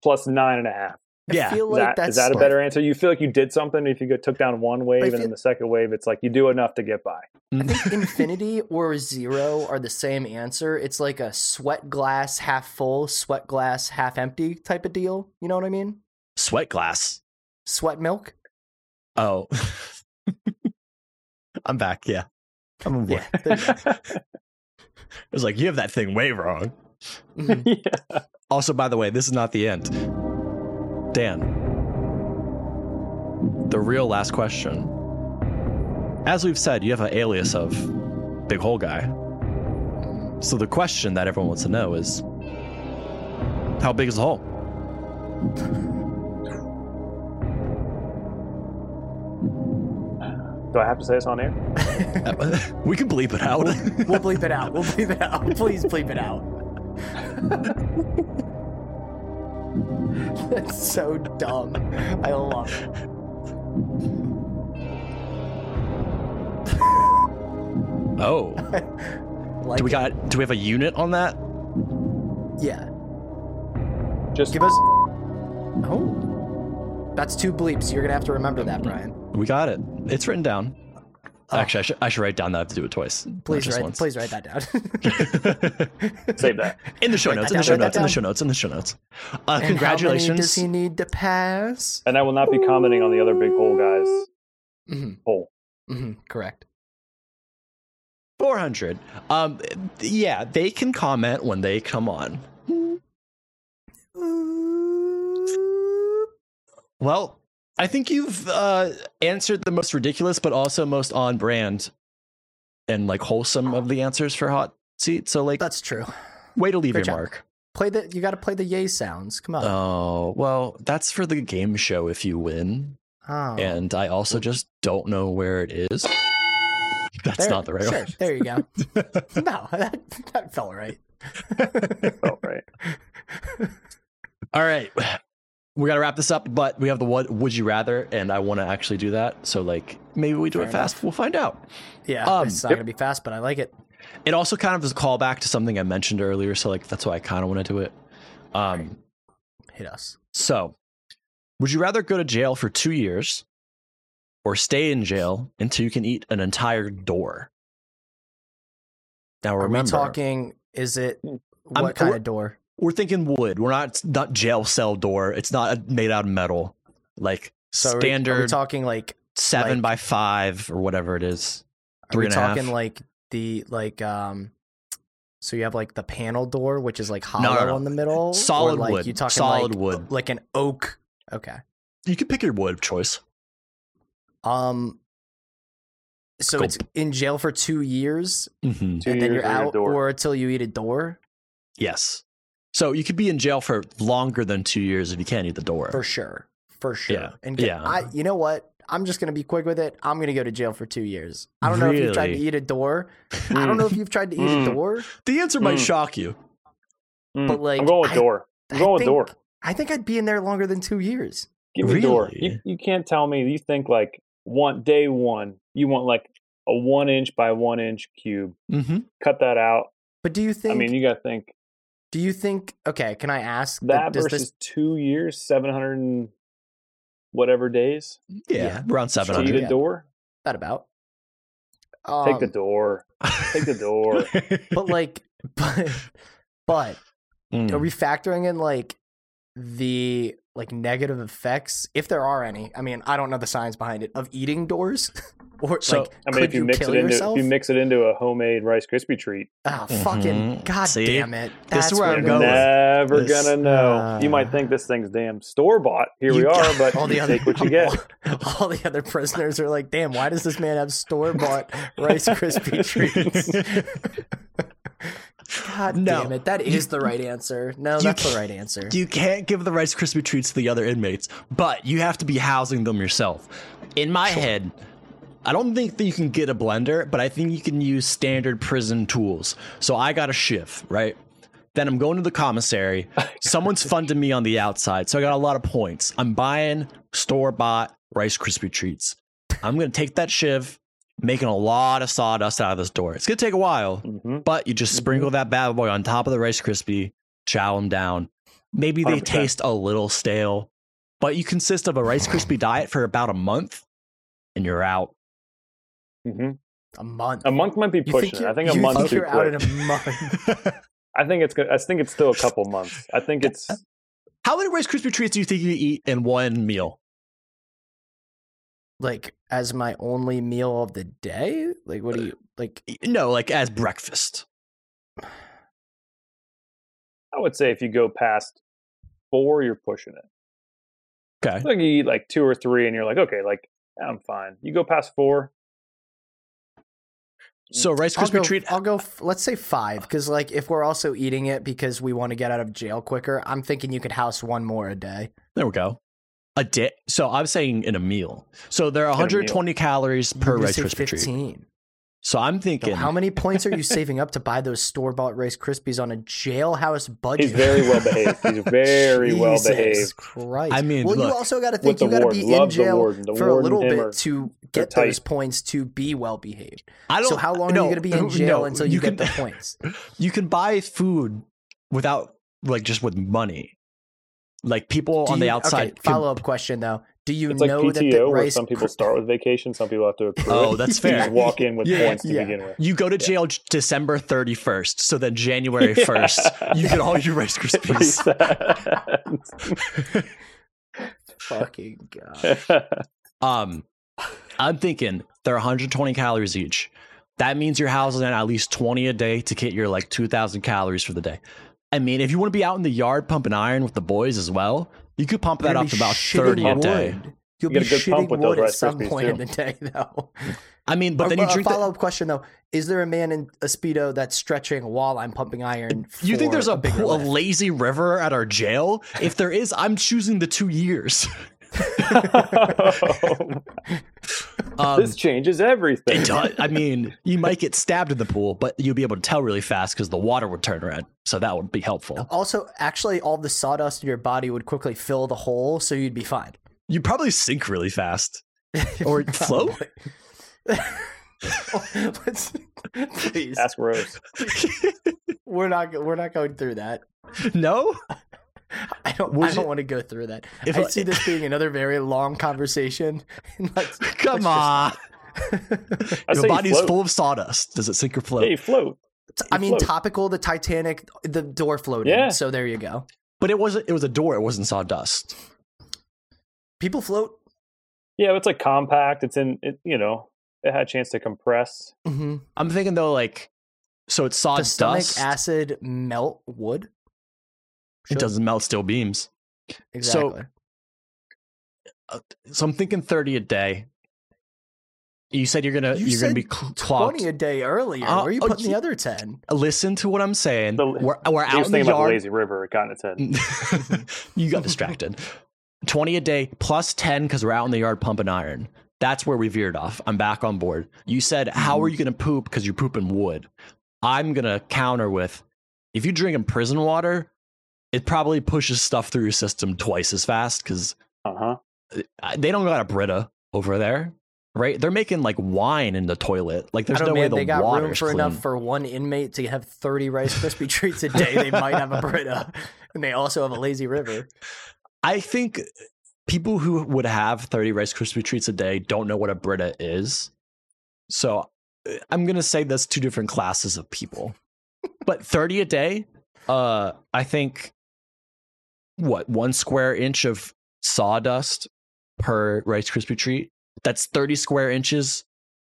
Speaker 2: plus nine and a half.
Speaker 4: yeah.
Speaker 3: I feel
Speaker 2: Is
Speaker 3: like
Speaker 2: that,
Speaker 3: that's
Speaker 2: is that a better answer? You feel like you did something if you go- took down one wave, and
Speaker 3: feel-
Speaker 2: then the second wave, it's like you do enough to get by.
Speaker 3: I think infinity or zero are the same answer. It's like a sweat glass half full, sweat glass half empty type of deal. You know what I mean?
Speaker 4: Sweat glass.
Speaker 3: Sweat milk.
Speaker 4: Oh. I'm back. Yeah. I'm on board. It's like, you have that thing way wrong.
Speaker 3: Mhm.
Speaker 4: Also, by the way, this is not the end. Dan, the real last question. As we've said, you have an alias of Big Hole Guy. So the question that everyone wants to know is how big is the hole?
Speaker 2: Do I have to say this on air?
Speaker 4: we can bleep it out.
Speaker 3: We'll bleep it out. We'll bleep it out. Please bleep it out. That's so dumb. I love it.
Speaker 4: oh.
Speaker 3: Like
Speaker 4: Do we
Speaker 3: it.
Speaker 4: got do we have a unit on that?
Speaker 3: Yeah.
Speaker 2: Just
Speaker 3: Give us. Oh. That's two bleeps. You're going to have to remember that, Brian.
Speaker 4: We got it. It's written down. Actually, I should, I should write down that I have to do it twice. not
Speaker 3: Oh. Please
Speaker 4: just
Speaker 3: write,
Speaker 4: once.
Speaker 3: please write that down.
Speaker 2: save that.
Speaker 4: In the show
Speaker 3: Write
Speaker 4: notes,
Speaker 3: that
Speaker 4: in
Speaker 3: down,
Speaker 4: the show
Speaker 3: write that
Speaker 4: notes, in the
Speaker 3: down.
Speaker 4: show notes, in the show notes. Uh,
Speaker 3: And how many does
Speaker 4: congratulations.
Speaker 3: he need to pass?
Speaker 2: And I will not be commenting on the other big hole guys.
Speaker 4: Mm-hmm.
Speaker 3: hmm
Speaker 2: Hole.
Speaker 3: hmm Correct.
Speaker 4: 400. Um, yeah, they can comment when they come on. Well, I think you've uh, answered the most ridiculous, but also most on brand and like wholesome of the answers for hot seat. So, like,
Speaker 3: That's true.
Speaker 4: way to leave your
Speaker 3: great job. Uh-huh.
Speaker 4: mark.
Speaker 3: Play the. You got to play the yay sounds. Come on.
Speaker 4: Oh, well, that's for the game show if you win.
Speaker 3: oh.
Speaker 4: And I also just don't know where it is. That's
Speaker 3: There-
Speaker 4: not the right
Speaker 3: sure,
Speaker 4: one.
Speaker 3: There you go. no, that, that felt right.
Speaker 2: Oh, right.
Speaker 4: All right. We got to wrap this up, but we have the what would you rather, and I want to actually do that. So, like, maybe we do
Speaker 3: Fair
Speaker 4: it fast. We'll find out.
Speaker 3: Yeah,
Speaker 4: Um,
Speaker 3: it's not gonna be fast, but I like it.
Speaker 4: It also kind of is a callback to something I mentioned earlier. So, like, that's why I kind of want to do it. Um,
Speaker 3: Hit us.
Speaker 4: so, would you rather go to jail for two years or stay in jail until you can eat an entire door? Now,
Speaker 3: Are
Speaker 4: remember, Mm.
Speaker 3: we talking? Is it what kind of door?
Speaker 4: we're thinking wood. We're not not jail cell door. It's not made out of metal. Like
Speaker 3: So are we-
Speaker 4: standard.
Speaker 3: Are we talking like?
Speaker 4: seven
Speaker 3: Like-
Speaker 4: by five or whatever it is.
Speaker 3: Are
Speaker 4: Three
Speaker 3: we
Speaker 4: and a half.
Speaker 3: talking like the like um? So you have like the panel door, which is like
Speaker 4: no,
Speaker 3: hollow
Speaker 4: no.
Speaker 3: in the middle. or
Speaker 4: solid
Speaker 3: like
Speaker 4: wood?
Speaker 3: You talking
Speaker 4: solid
Speaker 3: like,
Speaker 4: wood.
Speaker 3: like an oak? Okay.
Speaker 4: You can pick your wood choice.
Speaker 3: Um. So
Speaker 4: Go.
Speaker 3: it's in jail for two years,
Speaker 4: Mm-hmm.
Speaker 2: Two
Speaker 3: and then
Speaker 2: years
Speaker 3: you're
Speaker 2: or your
Speaker 3: out,
Speaker 2: door.
Speaker 3: or until you eat a door
Speaker 4: Yes. So you could be in jail for longer than two years if you can't eat the door.
Speaker 3: for sure, for sure.
Speaker 4: Yeah,
Speaker 3: And get,
Speaker 4: yeah.
Speaker 3: I, you know what? I'm just gonna be quick with it. I'm gonna go to jail for two years. I don't know if you've tried to
Speaker 4: Really?
Speaker 3: eat a door. I don't know if you've tried to eat
Speaker 2: Mm.
Speaker 3: a door,
Speaker 4: The answer might
Speaker 2: Mm.
Speaker 4: shock you.
Speaker 2: Mm.
Speaker 3: but like
Speaker 2: I'm going with
Speaker 3: I-
Speaker 2: door. I'm
Speaker 3: I
Speaker 2: going with
Speaker 3: think-
Speaker 2: door.
Speaker 3: I think I'd be in there longer than two years.
Speaker 2: Give me door.
Speaker 4: Really?
Speaker 2: You, you can't tell me you think like want day one. You want like a one inch by one inch cube.
Speaker 4: Mm-hmm.
Speaker 2: Cut that out.
Speaker 3: But do you think?
Speaker 2: I mean, you got to think
Speaker 3: do you think? Okay, can I ask
Speaker 2: that
Speaker 3: does
Speaker 2: versus two years, seven hundred and whatever days
Speaker 4: Yeah,
Speaker 3: Yeah.
Speaker 4: around
Speaker 2: to
Speaker 4: seven
Speaker 2: eat
Speaker 4: hundred.
Speaker 2: a door.
Speaker 3: that about?
Speaker 2: Take the
Speaker 3: Um,
Speaker 2: door. Take the door.
Speaker 3: But like, but but
Speaker 2: Hmm.
Speaker 4: Mm.
Speaker 3: are we factoring in like the like negative effects if there are any i mean i don't know the science behind it of eating doors or
Speaker 4: So,
Speaker 3: like
Speaker 2: I
Speaker 3: could
Speaker 2: mean, if you, mix
Speaker 3: kill
Speaker 2: it into
Speaker 3: yourself
Speaker 2: if you mix it into a homemade Rice Krispie treat,
Speaker 3: Ah, fucking
Speaker 4: Mhm.
Speaker 3: god
Speaker 4: See?
Speaker 3: damn it
Speaker 4: This is
Speaker 3: That's
Speaker 4: where
Speaker 2: you're
Speaker 4: I'm
Speaker 3: what
Speaker 4: going.
Speaker 3: it is.
Speaker 2: never
Speaker 4: This-
Speaker 2: gonna know. you
Speaker 3: uh,
Speaker 2: might think this thing's damn store bought. Here we
Speaker 3: You-
Speaker 2: are, but
Speaker 3: all the
Speaker 2: you
Speaker 3: other-
Speaker 2: take what you get.
Speaker 3: all, all the other prisoners are like damn why does this man have store-bought rice krispie treats god
Speaker 4: No.
Speaker 3: damn it that is the right answer no
Speaker 4: you
Speaker 3: that's the
Speaker 4: can't-
Speaker 3: right answer
Speaker 4: You can't give the Rice Krispie treats to the other inmates, but you have to be housing them yourself. In my head, I don't think that you can get a blender, but I think you can use standard prison tools. So I got a shift, right? Then I'm going to the commissary. Someone's funding me on the outside, so I got a lot of points. I'm buying store bought Rice Krispie treats. I'm gonna take that shiv, making a lot of sawdust out of this door. It's gonna take a while,
Speaker 2: Mhm.
Speaker 4: but you
Speaker 3: Mm-hmm.
Speaker 4: just sprinkle that bad boy on top of the Rice Krispie, chow them down. Maybe they
Speaker 2: 100%.
Speaker 4: taste a little stale, but you consist of a Rice Krispie diet for about a month, and you're out.
Speaker 2: hmm
Speaker 3: A month.
Speaker 2: A month might be
Speaker 3: You
Speaker 2: pushing. it.
Speaker 3: you're-
Speaker 2: I think a
Speaker 3: you
Speaker 2: month
Speaker 3: think
Speaker 2: too
Speaker 3: you're
Speaker 2: quick.
Speaker 3: out in a month.
Speaker 2: I think it's. Good. I think it's still a couple months. I think it's.
Speaker 4: How many Rice Krispie treats do you think you eat in one meal?
Speaker 3: like as my only meal of the day. Like what do you like?
Speaker 4: No, like as breakfast.
Speaker 2: I would say if you go past four, you're pushing it.
Speaker 4: Okay.
Speaker 2: Like you eat like two or three, and you're like, okay, like I'm fine. You go past four.
Speaker 4: So Rice
Speaker 3: I'll
Speaker 4: Krispie
Speaker 3: go,
Speaker 4: treat.
Speaker 3: I'll go. f- Let's say five, because like if we're also eating it because we want to get out of jail quicker, I'm thinking you could house one more a day.
Speaker 4: There we go. A day. So I'm saying in a meal. So there are
Speaker 2: meal.
Speaker 4: 120 calories per
Speaker 3: You
Speaker 4: Rice
Speaker 3: say
Speaker 4: Krispie treat.
Speaker 3: Fifteen.
Speaker 4: So I'm thinking.
Speaker 3: So how many points are you saving up to buy those store bought Rice Krispies on a jailhouse budget?
Speaker 2: He's very well behaved. He's very well
Speaker 3: Jesus
Speaker 2: behaved.
Speaker 3: Christ.
Speaker 4: I mean,
Speaker 3: well, you
Speaker 4: look,
Speaker 3: also got to think
Speaker 2: the
Speaker 3: you got to
Speaker 2: warden.
Speaker 3: be in
Speaker 2: Love the
Speaker 3: jail
Speaker 2: warden. The
Speaker 3: for a
Speaker 2: warden
Speaker 3: little
Speaker 2: and him
Speaker 3: bit
Speaker 2: are-
Speaker 3: to get
Speaker 2: tight.
Speaker 3: those points to be well behaved.
Speaker 4: I don't.
Speaker 3: So how long
Speaker 4: no,
Speaker 3: are you going to be in jail
Speaker 4: no,
Speaker 3: until you,
Speaker 4: can,
Speaker 3: get the points?
Speaker 4: You can buy food without, like, just with money. Like people
Speaker 3: Do
Speaker 4: on the
Speaker 3: you-
Speaker 4: outside.
Speaker 3: Okay,
Speaker 4: can-
Speaker 3: follow up question though. Do you
Speaker 2: It's like
Speaker 3: know
Speaker 2: PTO,
Speaker 3: that the
Speaker 2: where
Speaker 3: rice?
Speaker 2: some people start with vacation, some people have to accrue.
Speaker 4: Oh,
Speaker 2: it.
Speaker 4: that's
Speaker 2: You
Speaker 4: fair.
Speaker 2: just walk in with
Speaker 4: Yeah,
Speaker 2: points to
Speaker 3: yeah.
Speaker 2: begin with.
Speaker 4: You go to jail j- December 31st, so then January 1st, you get all your Rice
Speaker 2: Pretty
Speaker 4: Krispies.
Speaker 2: sad.
Speaker 3: fucking god.
Speaker 4: Um, I'm thinking they're 120 calories each. That means you're housing in at least 20 a day to get your like 2,000 calories for the day. I mean, if you want to be out in the yard pumping iron with the boys as well, you could pump that
Speaker 3: You're gonna
Speaker 4: up
Speaker 3: be
Speaker 4: to about
Speaker 3: shitting
Speaker 4: 30 a day.
Speaker 3: wood. You'll
Speaker 2: You get
Speaker 3: be
Speaker 2: a good pump
Speaker 3: shitting
Speaker 2: with those
Speaker 3: wood at
Speaker 2: Rice
Speaker 3: some
Speaker 2: Krispies,
Speaker 3: point in
Speaker 2: too.
Speaker 3: the day, though.
Speaker 4: I mean, but
Speaker 3: a,
Speaker 4: then you
Speaker 3: a
Speaker 4: drink
Speaker 3: uh, follow
Speaker 4: the,
Speaker 3: up question though: Is there a man in a speedo that's stretching while I'm pumping iron?
Speaker 4: you think
Speaker 3: for
Speaker 4: there's a,
Speaker 3: bigger
Speaker 4: pool- a
Speaker 3: lift?
Speaker 4: lazy river at our jail? If there is, I'm choosing the two years. Um,
Speaker 2: this changes everything.
Speaker 4: It does. I mean, you might get stabbed in the pool, but you'll be able to tell really fast because the water would turn red. So that would be helpful.
Speaker 3: Also, actually, all the sawdust in your body would quickly fill the hole, so you'd be fine.
Speaker 4: You probably sink really fast or float.
Speaker 3: Let's, please,
Speaker 2: Ask Rose.
Speaker 3: we're not we're not going through that.
Speaker 4: No,
Speaker 3: I don't.
Speaker 4: Would
Speaker 3: I don't
Speaker 4: you-
Speaker 3: want to go through that.
Speaker 4: If
Speaker 3: I
Speaker 4: I-
Speaker 3: see this being another very long conversation. Let's-
Speaker 4: come
Speaker 3: let's
Speaker 4: on.
Speaker 3: just-
Speaker 2: I say
Speaker 4: Your
Speaker 2: you
Speaker 4: body's
Speaker 2: float.
Speaker 4: full of sawdust. Does it sink or float?
Speaker 2: Yeah, you float.
Speaker 3: I
Speaker 2: You
Speaker 3: mean,
Speaker 2: float.
Speaker 3: topical. The Titanic, the door floated.
Speaker 2: Yeah.
Speaker 3: So there you go.
Speaker 4: But it wasn't. It was a door. It wasn't sawdust.
Speaker 3: People float.
Speaker 2: Yeah, it's like compact. It's in. It, you know, it had a chance to compress.
Speaker 3: hmm
Speaker 4: I'm thinking though, like, so it's
Speaker 3: Does stomach
Speaker 4: sawdust.
Speaker 3: acid melt wood?
Speaker 4: It
Speaker 3: Sure.
Speaker 4: doesn't melt steel beams.
Speaker 3: Exactly.
Speaker 4: So I'm thinking 30 a day. You said you're gonna
Speaker 3: You
Speaker 4: you are gonna
Speaker 3: said
Speaker 4: be cl- clocked.
Speaker 3: Twenty a day earlier.
Speaker 4: Uh,
Speaker 3: Where are you
Speaker 4: oh,
Speaker 3: putting
Speaker 4: gee-
Speaker 3: the other ten?
Speaker 4: Listen to what I'm saying.
Speaker 2: The-
Speaker 4: we're we're
Speaker 2: He
Speaker 4: out
Speaker 2: was
Speaker 4: in the
Speaker 2: thinking about the
Speaker 4: yard.
Speaker 2: lazy river. It got in its
Speaker 3: Mm.
Speaker 2: head.
Speaker 4: you got distracted. 20 a day plus 10 because we're out in the yard pumping iron. That's where we veered off. I'm back on board. You said, How
Speaker 3: Mm-hmm.
Speaker 4: are you going to poop? Because you're pooping wood. I'm going to counter with if you drink in prison water, it probably pushes stuff through your system twice as fast because
Speaker 2: Uh huh.
Speaker 4: they don't got a Brita over there, right? They're making like wine in the toilet. Like there's
Speaker 3: I
Speaker 4: no
Speaker 3: don't know,
Speaker 4: way
Speaker 3: man,
Speaker 4: the
Speaker 3: they got room
Speaker 4: water's
Speaker 3: for
Speaker 4: clean.
Speaker 3: enough for one inmate to have 30 Rice Krispie treats a day. They might have a Brita. And they also have a lazy river.
Speaker 4: I think people who would have 30 Rice Krispie treats a day don't know what a Brita is. So uh, I'm going to say that's two different classes of people. but 30 a day, uh, I think, what, one square inch of sawdust per Rice Krispie treat? That's 30 square inches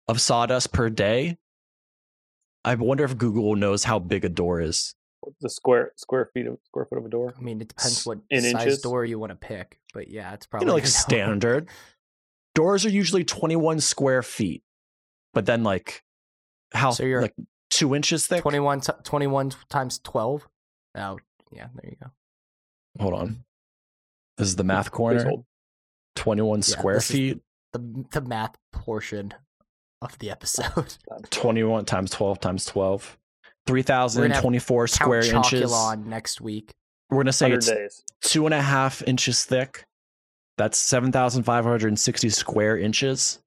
Speaker 4: of sawdust per day. I wonder if Google knows how big a door is.
Speaker 2: The square square feet of square foot of a door.
Speaker 3: I mean, it depends what
Speaker 2: In
Speaker 3: size
Speaker 2: inches?
Speaker 3: door you want to pick. But yeah, it's probably
Speaker 4: you know, like
Speaker 3: gonna-
Speaker 4: standard. Doors are usually 21 square feet, but then like how
Speaker 3: So you're-
Speaker 4: like two inches thick.
Speaker 3: 21, t- 21 times 12. Oh, yeah, there you go.
Speaker 4: Hold on, this is the math corner.
Speaker 2: Placeholder.
Speaker 4: 21
Speaker 3: Yeah,
Speaker 4: square
Speaker 3: this is-
Speaker 4: feet,
Speaker 3: The, the math portion of the episode.
Speaker 4: 21 times 12 times 12,
Speaker 3: We're gonna have
Speaker 4: 3,024 square
Speaker 3: Count
Speaker 4: inches.
Speaker 3: Chocula next week.
Speaker 4: We're gonna say
Speaker 2: 100
Speaker 4: it's
Speaker 2: days.
Speaker 4: two and a half inches thick. That's 7,560 square inches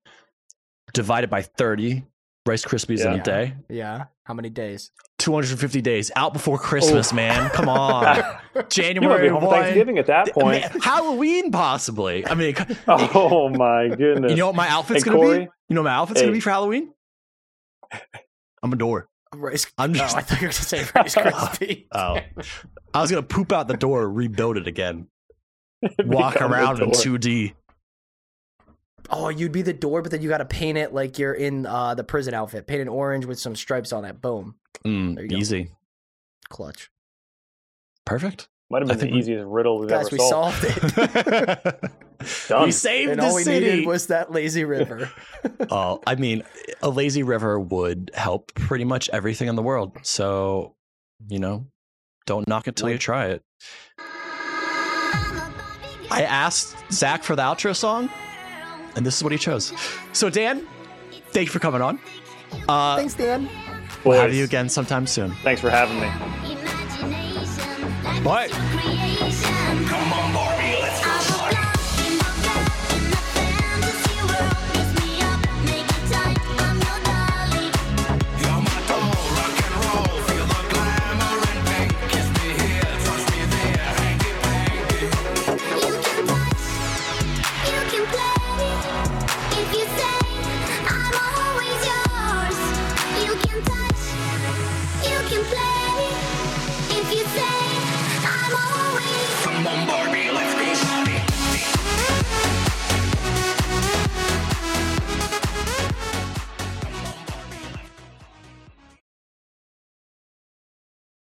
Speaker 4: divided by 30 Rice Krispies in
Speaker 2: Yeah.
Speaker 4: a day.
Speaker 3: Yeah. How many days?
Speaker 4: 250 days out before Christmas, man. Come on,
Speaker 2: You might
Speaker 4: January
Speaker 2: be home
Speaker 4: one.
Speaker 2: Thanksgiving at that point.
Speaker 4: Man, Halloween possibly. I mean,
Speaker 2: Oh my goodness!
Speaker 4: you know what my outfit's
Speaker 2: Hey,
Speaker 4: gonna be?
Speaker 2: Corey?
Speaker 4: You know what my outfit's
Speaker 2: Hey.
Speaker 4: gonna be for Halloween? I'm a door.
Speaker 3: Rice.
Speaker 4: I'm
Speaker 3: No,
Speaker 4: just.
Speaker 3: Oh, I thought you were going to say Rice Krispie.
Speaker 4: Oh, I was gonna poop out the door, rebuild it again, walk
Speaker 2: Become the
Speaker 4: around in
Speaker 2: door.
Speaker 4: 2D.
Speaker 3: Oh, you'd be the door, but then you got to paint it like you're in uh, the prison outfit. Paint it orange with some stripes on it. Boom. There you
Speaker 4: Mm,
Speaker 3: go.
Speaker 4: easy,
Speaker 3: Clutch.
Speaker 4: perfect.
Speaker 2: Might have
Speaker 4: I
Speaker 2: been the
Speaker 4: think we-
Speaker 2: easiest riddle we've
Speaker 3: Guys,
Speaker 2: ever
Speaker 3: we
Speaker 2: solved.
Speaker 3: solved it.
Speaker 2: Done.
Speaker 4: We saved
Speaker 3: and
Speaker 4: the
Speaker 3: all we
Speaker 4: city.
Speaker 3: needed was that lazy river.
Speaker 4: Oh, I mean, a lazy river would help pretty much everything in the world. So, you know, don't knock it till you try it. I asked Zach for the outro song, and this is what he chose. So, Dan, thank you for coming on. Uh,
Speaker 3: Thanks, Dan.
Speaker 4: we'll have
Speaker 2: Boys,
Speaker 4: you again sometime soon.
Speaker 2: Thanks for having me.
Speaker 4: What?
Speaker 9: You can play